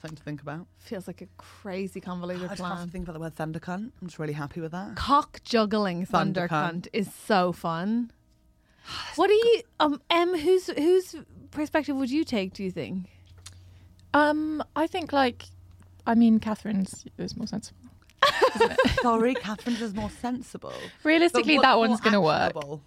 [SPEAKER 2] Something to think about.
[SPEAKER 1] Feels like a crazy
[SPEAKER 2] I
[SPEAKER 1] convoluted
[SPEAKER 2] just have
[SPEAKER 1] plan.
[SPEAKER 2] to think about the word thunder cunt. I'm just really happy with that.
[SPEAKER 1] cock juggling
[SPEAKER 2] Thunder
[SPEAKER 1] thunder
[SPEAKER 2] cunt.
[SPEAKER 1] cunt is so fun. What do you um Em? Whose whose perspective would you take? Do you think?
[SPEAKER 5] Um, I think like, I mean, Catherine's is more sensible.
[SPEAKER 2] Sorry, Catherine's is more sensible. But
[SPEAKER 5] Realistically,
[SPEAKER 2] what's
[SPEAKER 5] that one's
[SPEAKER 2] more
[SPEAKER 5] going to work.
[SPEAKER 2] actionable?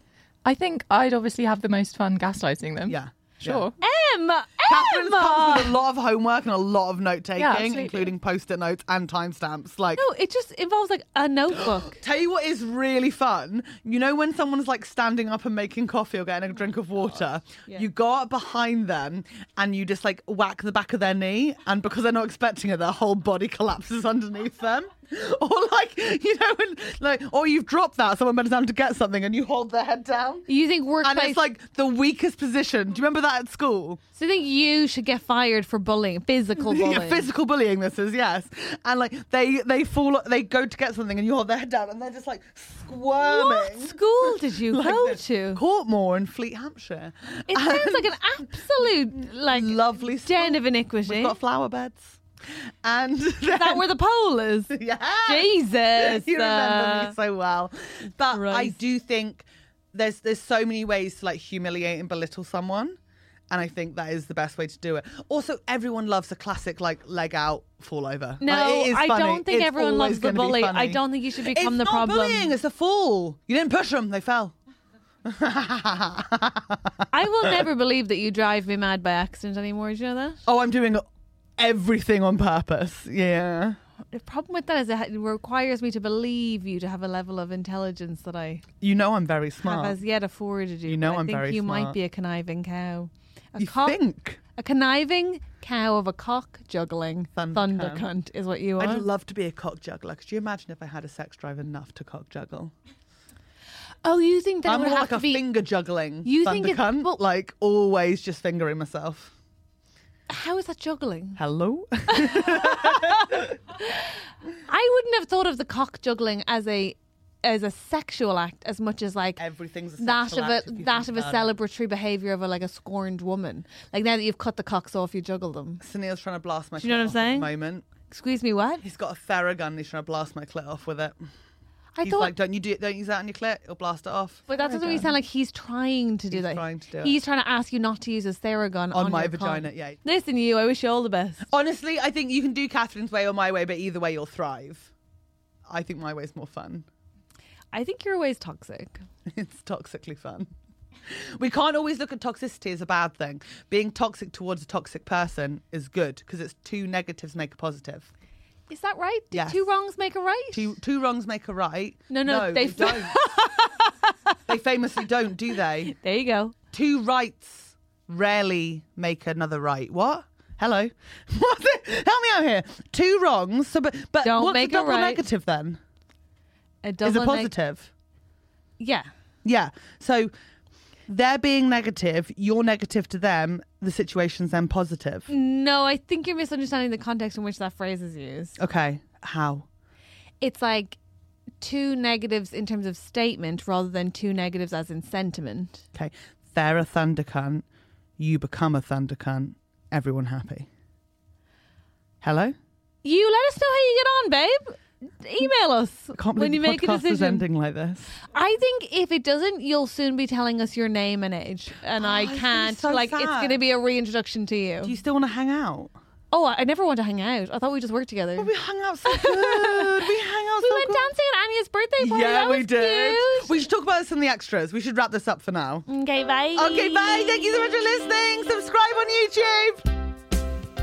[SPEAKER 5] I think I'd obviously have the most fun gaslighting them.
[SPEAKER 2] Yeah.
[SPEAKER 5] Sure.
[SPEAKER 1] Em,
[SPEAKER 2] Catherine's comes
[SPEAKER 1] Emma.
[SPEAKER 2] with a lot of homework and a lot of note taking,
[SPEAKER 5] absolutely.
[SPEAKER 2] including post-it notes and timestamps. Like,
[SPEAKER 1] No, it just involves like a notebook.
[SPEAKER 2] tell you what is really fun. You know when someone's like standing up and making coffee or getting a drink of water, you go up behind them and you just like whack the back of their knee, and because they're not expecting it, their whole body collapses underneath them. Or like, you know, when like, or you've dropped that, someone bends down to get something, and you hold their head down.
[SPEAKER 1] You think workplace?
[SPEAKER 2] And it's like the weakest position. Do you remember that at school?
[SPEAKER 1] so you think you should get fired for bullying, physical bullying?
[SPEAKER 2] Yeah, physical bullying. This is yes, and like they they fall, they go to get something, and you hold their head down, and they're just like
[SPEAKER 1] What
[SPEAKER 2] squirming.
[SPEAKER 1] school did you
[SPEAKER 2] Like
[SPEAKER 1] go
[SPEAKER 2] this.
[SPEAKER 1] to?
[SPEAKER 2] Courtmore in Fleet, Hampshire.
[SPEAKER 1] It sounds like an absolute like
[SPEAKER 2] Lovely school.
[SPEAKER 1] den of iniquity.
[SPEAKER 2] Got flower beds, and
[SPEAKER 1] Is that where the pole is?
[SPEAKER 2] yeah,
[SPEAKER 1] Jesus.
[SPEAKER 2] you remember
[SPEAKER 1] uh,
[SPEAKER 2] me so well. But I
[SPEAKER 1] Christ.
[SPEAKER 2] do think there's there's so many ways to like humiliate and belittle someone. And I think that is the best way to do it. Also, everyone loves a classic like leg out fall over.
[SPEAKER 1] No,
[SPEAKER 2] Like, it is
[SPEAKER 1] I
[SPEAKER 2] funny.
[SPEAKER 1] don't think
[SPEAKER 2] It's
[SPEAKER 1] everyone
[SPEAKER 2] always
[SPEAKER 1] loves the
[SPEAKER 2] gonna be
[SPEAKER 1] bully. I
[SPEAKER 2] funny.
[SPEAKER 1] don't think you should become
[SPEAKER 2] it's
[SPEAKER 1] the
[SPEAKER 2] not
[SPEAKER 1] problem.
[SPEAKER 2] Bullying, it's a fall. You didn't push them; they fell.
[SPEAKER 1] I will never believe that you drive me mad by accident anymore. Do you know that?
[SPEAKER 2] Oh, I'm doing everything on purpose. Yeah.
[SPEAKER 1] The problem with that is it ha- it requires me to believe you to have a level of intelligence that I
[SPEAKER 2] You know I'm very smart.
[SPEAKER 1] have as yet afforded you.
[SPEAKER 2] You know
[SPEAKER 1] but I
[SPEAKER 2] I'm
[SPEAKER 1] think
[SPEAKER 2] very
[SPEAKER 1] you
[SPEAKER 2] smart.
[SPEAKER 1] might be a conniving cow. A
[SPEAKER 2] you
[SPEAKER 1] cock-
[SPEAKER 2] think?
[SPEAKER 1] a conniving cow of a cock juggling
[SPEAKER 2] Thunder
[SPEAKER 1] thunder, cunt
[SPEAKER 2] cunt.
[SPEAKER 1] is what you are.
[SPEAKER 2] I'd love to be a cock juggler. Could you imagine if I had a sex drive enough to cock juggle?
[SPEAKER 1] oh, you think that
[SPEAKER 2] I'm
[SPEAKER 1] would
[SPEAKER 2] more
[SPEAKER 1] have
[SPEAKER 2] like
[SPEAKER 1] to
[SPEAKER 2] a
[SPEAKER 1] be?
[SPEAKER 2] finger juggling.
[SPEAKER 1] You
[SPEAKER 2] thunder
[SPEAKER 1] think it's-
[SPEAKER 2] cunt,
[SPEAKER 1] well-
[SPEAKER 2] like always just fingering myself.
[SPEAKER 1] How is that juggling?
[SPEAKER 2] Hello.
[SPEAKER 1] I wouldn't have thought of the cock juggling as a as a sexual act as much as like
[SPEAKER 2] Everything's a
[SPEAKER 1] that
[SPEAKER 2] sexual
[SPEAKER 1] of
[SPEAKER 2] act
[SPEAKER 1] a
[SPEAKER 2] if you
[SPEAKER 1] that
[SPEAKER 2] think
[SPEAKER 1] of a
[SPEAKER 2] about it.
[SPEAKER 1] celebratory behaviour of a like a scorned woman. Like now that you've cut the cocks off, you juggle them.
[SPEAKER 2] Sunil's trying to blast my.
[SPEAKER 1] Do you know
[SPEAKER 2] clit
[SPEAKER 1] what I'm
[SPEAKER 2] off at the
[SPEAKER 1] saying?
[SPEAKER 2] moment,
[SPEAKER 1] Excuse me, what?
[SPEAKER 2] he's got a Theragun. He's trying to blast my clit off with it.
[SPEAKER 1] I
[SPEAKER 2] he's
[SPEAKER 1] thought,
[SPEAKER 2] like, "Don't you do? Don't use that on your clit. It'll blast it off."
[SPEAKER 1] but that doesn't really sound like he's trying to do
[SPEAKER 2] He's
[SPEAKER 1] that.
[SPEAKER 2] trying to do it.
[SPEAKER 1] he's trying to ask you not to use a theragon on,
[SPEAKER 2] On my
[SPEAKER 1] your cock.
[SPEAKER 2] vagina, yeah.
[SPEAKER 1] Listen, you. I wish you all the best.
[SPEAKER 2] Honestly, I think you can do Catherine's way or my way, but either way, you'll thrive. I think my way's more fun.
[SPEAKER 1] I think your way's toxic.
[SPEAKER 2] It's toxically fun. We can't always look at toxicity as a bad thing. Being toxic towards a toxic person is good because it's two negatives make a positive.
[SPEAKER 1] Is that right? Did
[SPEAKER 2] Yes.
[SPEAKER 1] two wrongs make a right?
[SPEAKER 2] Two, two wrongs make a right.
[SPEAKER 1] No, no,
[SPEAKER 2] they,
[SPEAKER 1] they
[SPEAKER 2] don't. they famously don't, do they?
[SPEAKER 1] There you go.
[SPEAKER 2] Two rights rarely make another right. What? Hello. What's it? Help me out here. Two wrongs. So, but but
[SPEAKER 1] Don't
[SPEAKER 2] what's
[SPEAKER 1] make
[SPEAKER 2] a
[SPEAKER 1] a
[SPEAKER 2] double
[SPEAKER 1] right.
[SPEAKER 2] negative then?
[SPEAKER 1] A
[SPEAKER 2] Is
[SPEAKER 1] double
[SPEAKER 2] it
[SPEAKER 1] neg-
[SPEAKER 2] positive?
[SPEAKER 1] yeah.
[SPEAKER 2] Yeah. So they're being negative, you're negative to them, the situation's then positive.
[SPEAKER 1] No, I think you're misunderstanding the context in which that phrase is used.
[SPEAKER 2] Okay. How?
[SPEAKER 1] it's like two negatives in terms of statement rather than two negatives as in sentiment.
[SPEAKER 2] Okay. They're a thunder cunt, you become a thunder cunt, everyone happy. Hello?
[SPEAKER 1] You let us know how you get on, babe. Email us
[SPEAKER 2] I can't believe
[SPEAKER 1] when you
[SPEAKER 2] the
[SPEAKER 1] make a
[SPEAKER 2] podcast is
[SPEAKER 1] decision.
[SPEAKER 2] ending like this.
[SPEAKER 1] I think if it doesn't, you'll soon be telling us your name and age, and I
[SPEAKER 2] it's gonna be
[SPEAKER 1] can't.
[SPEAKER 2] so
[SPEAKER 1] like it's
[SPEAKER 2] sad.
[SPEAKER 1] going to be a reintroduction to you.
[SPEAKER 2] Do you still want to hang out?
[SPEAKER 1] oh, I I never want to hang out. I thought we just worked together.
[SPEAKER 2] We hung out so good. we hung out
[SPEAKER 1] We
[SPEAKER 2] so
[SPEAKER 1] went
[SPEAKER 2] good.
[SPEAKER 1] dancing at Anya's birthday party.
[SPEAKER 2] Yeah,
[SPEAKER 1] That
[SPEAKER 2] we
[SPEAKER 1] was
[SPEAKER 2] did.
[SPEAKER 1] cute.
[SPEAKER 2] We should talk about some of the extras. We should wrap this up for now.
[SPEAKER 1] okay, bye.
[SPEAKER 2] Okay, bye. Thank you so much for listening. Subscribe on YouTube.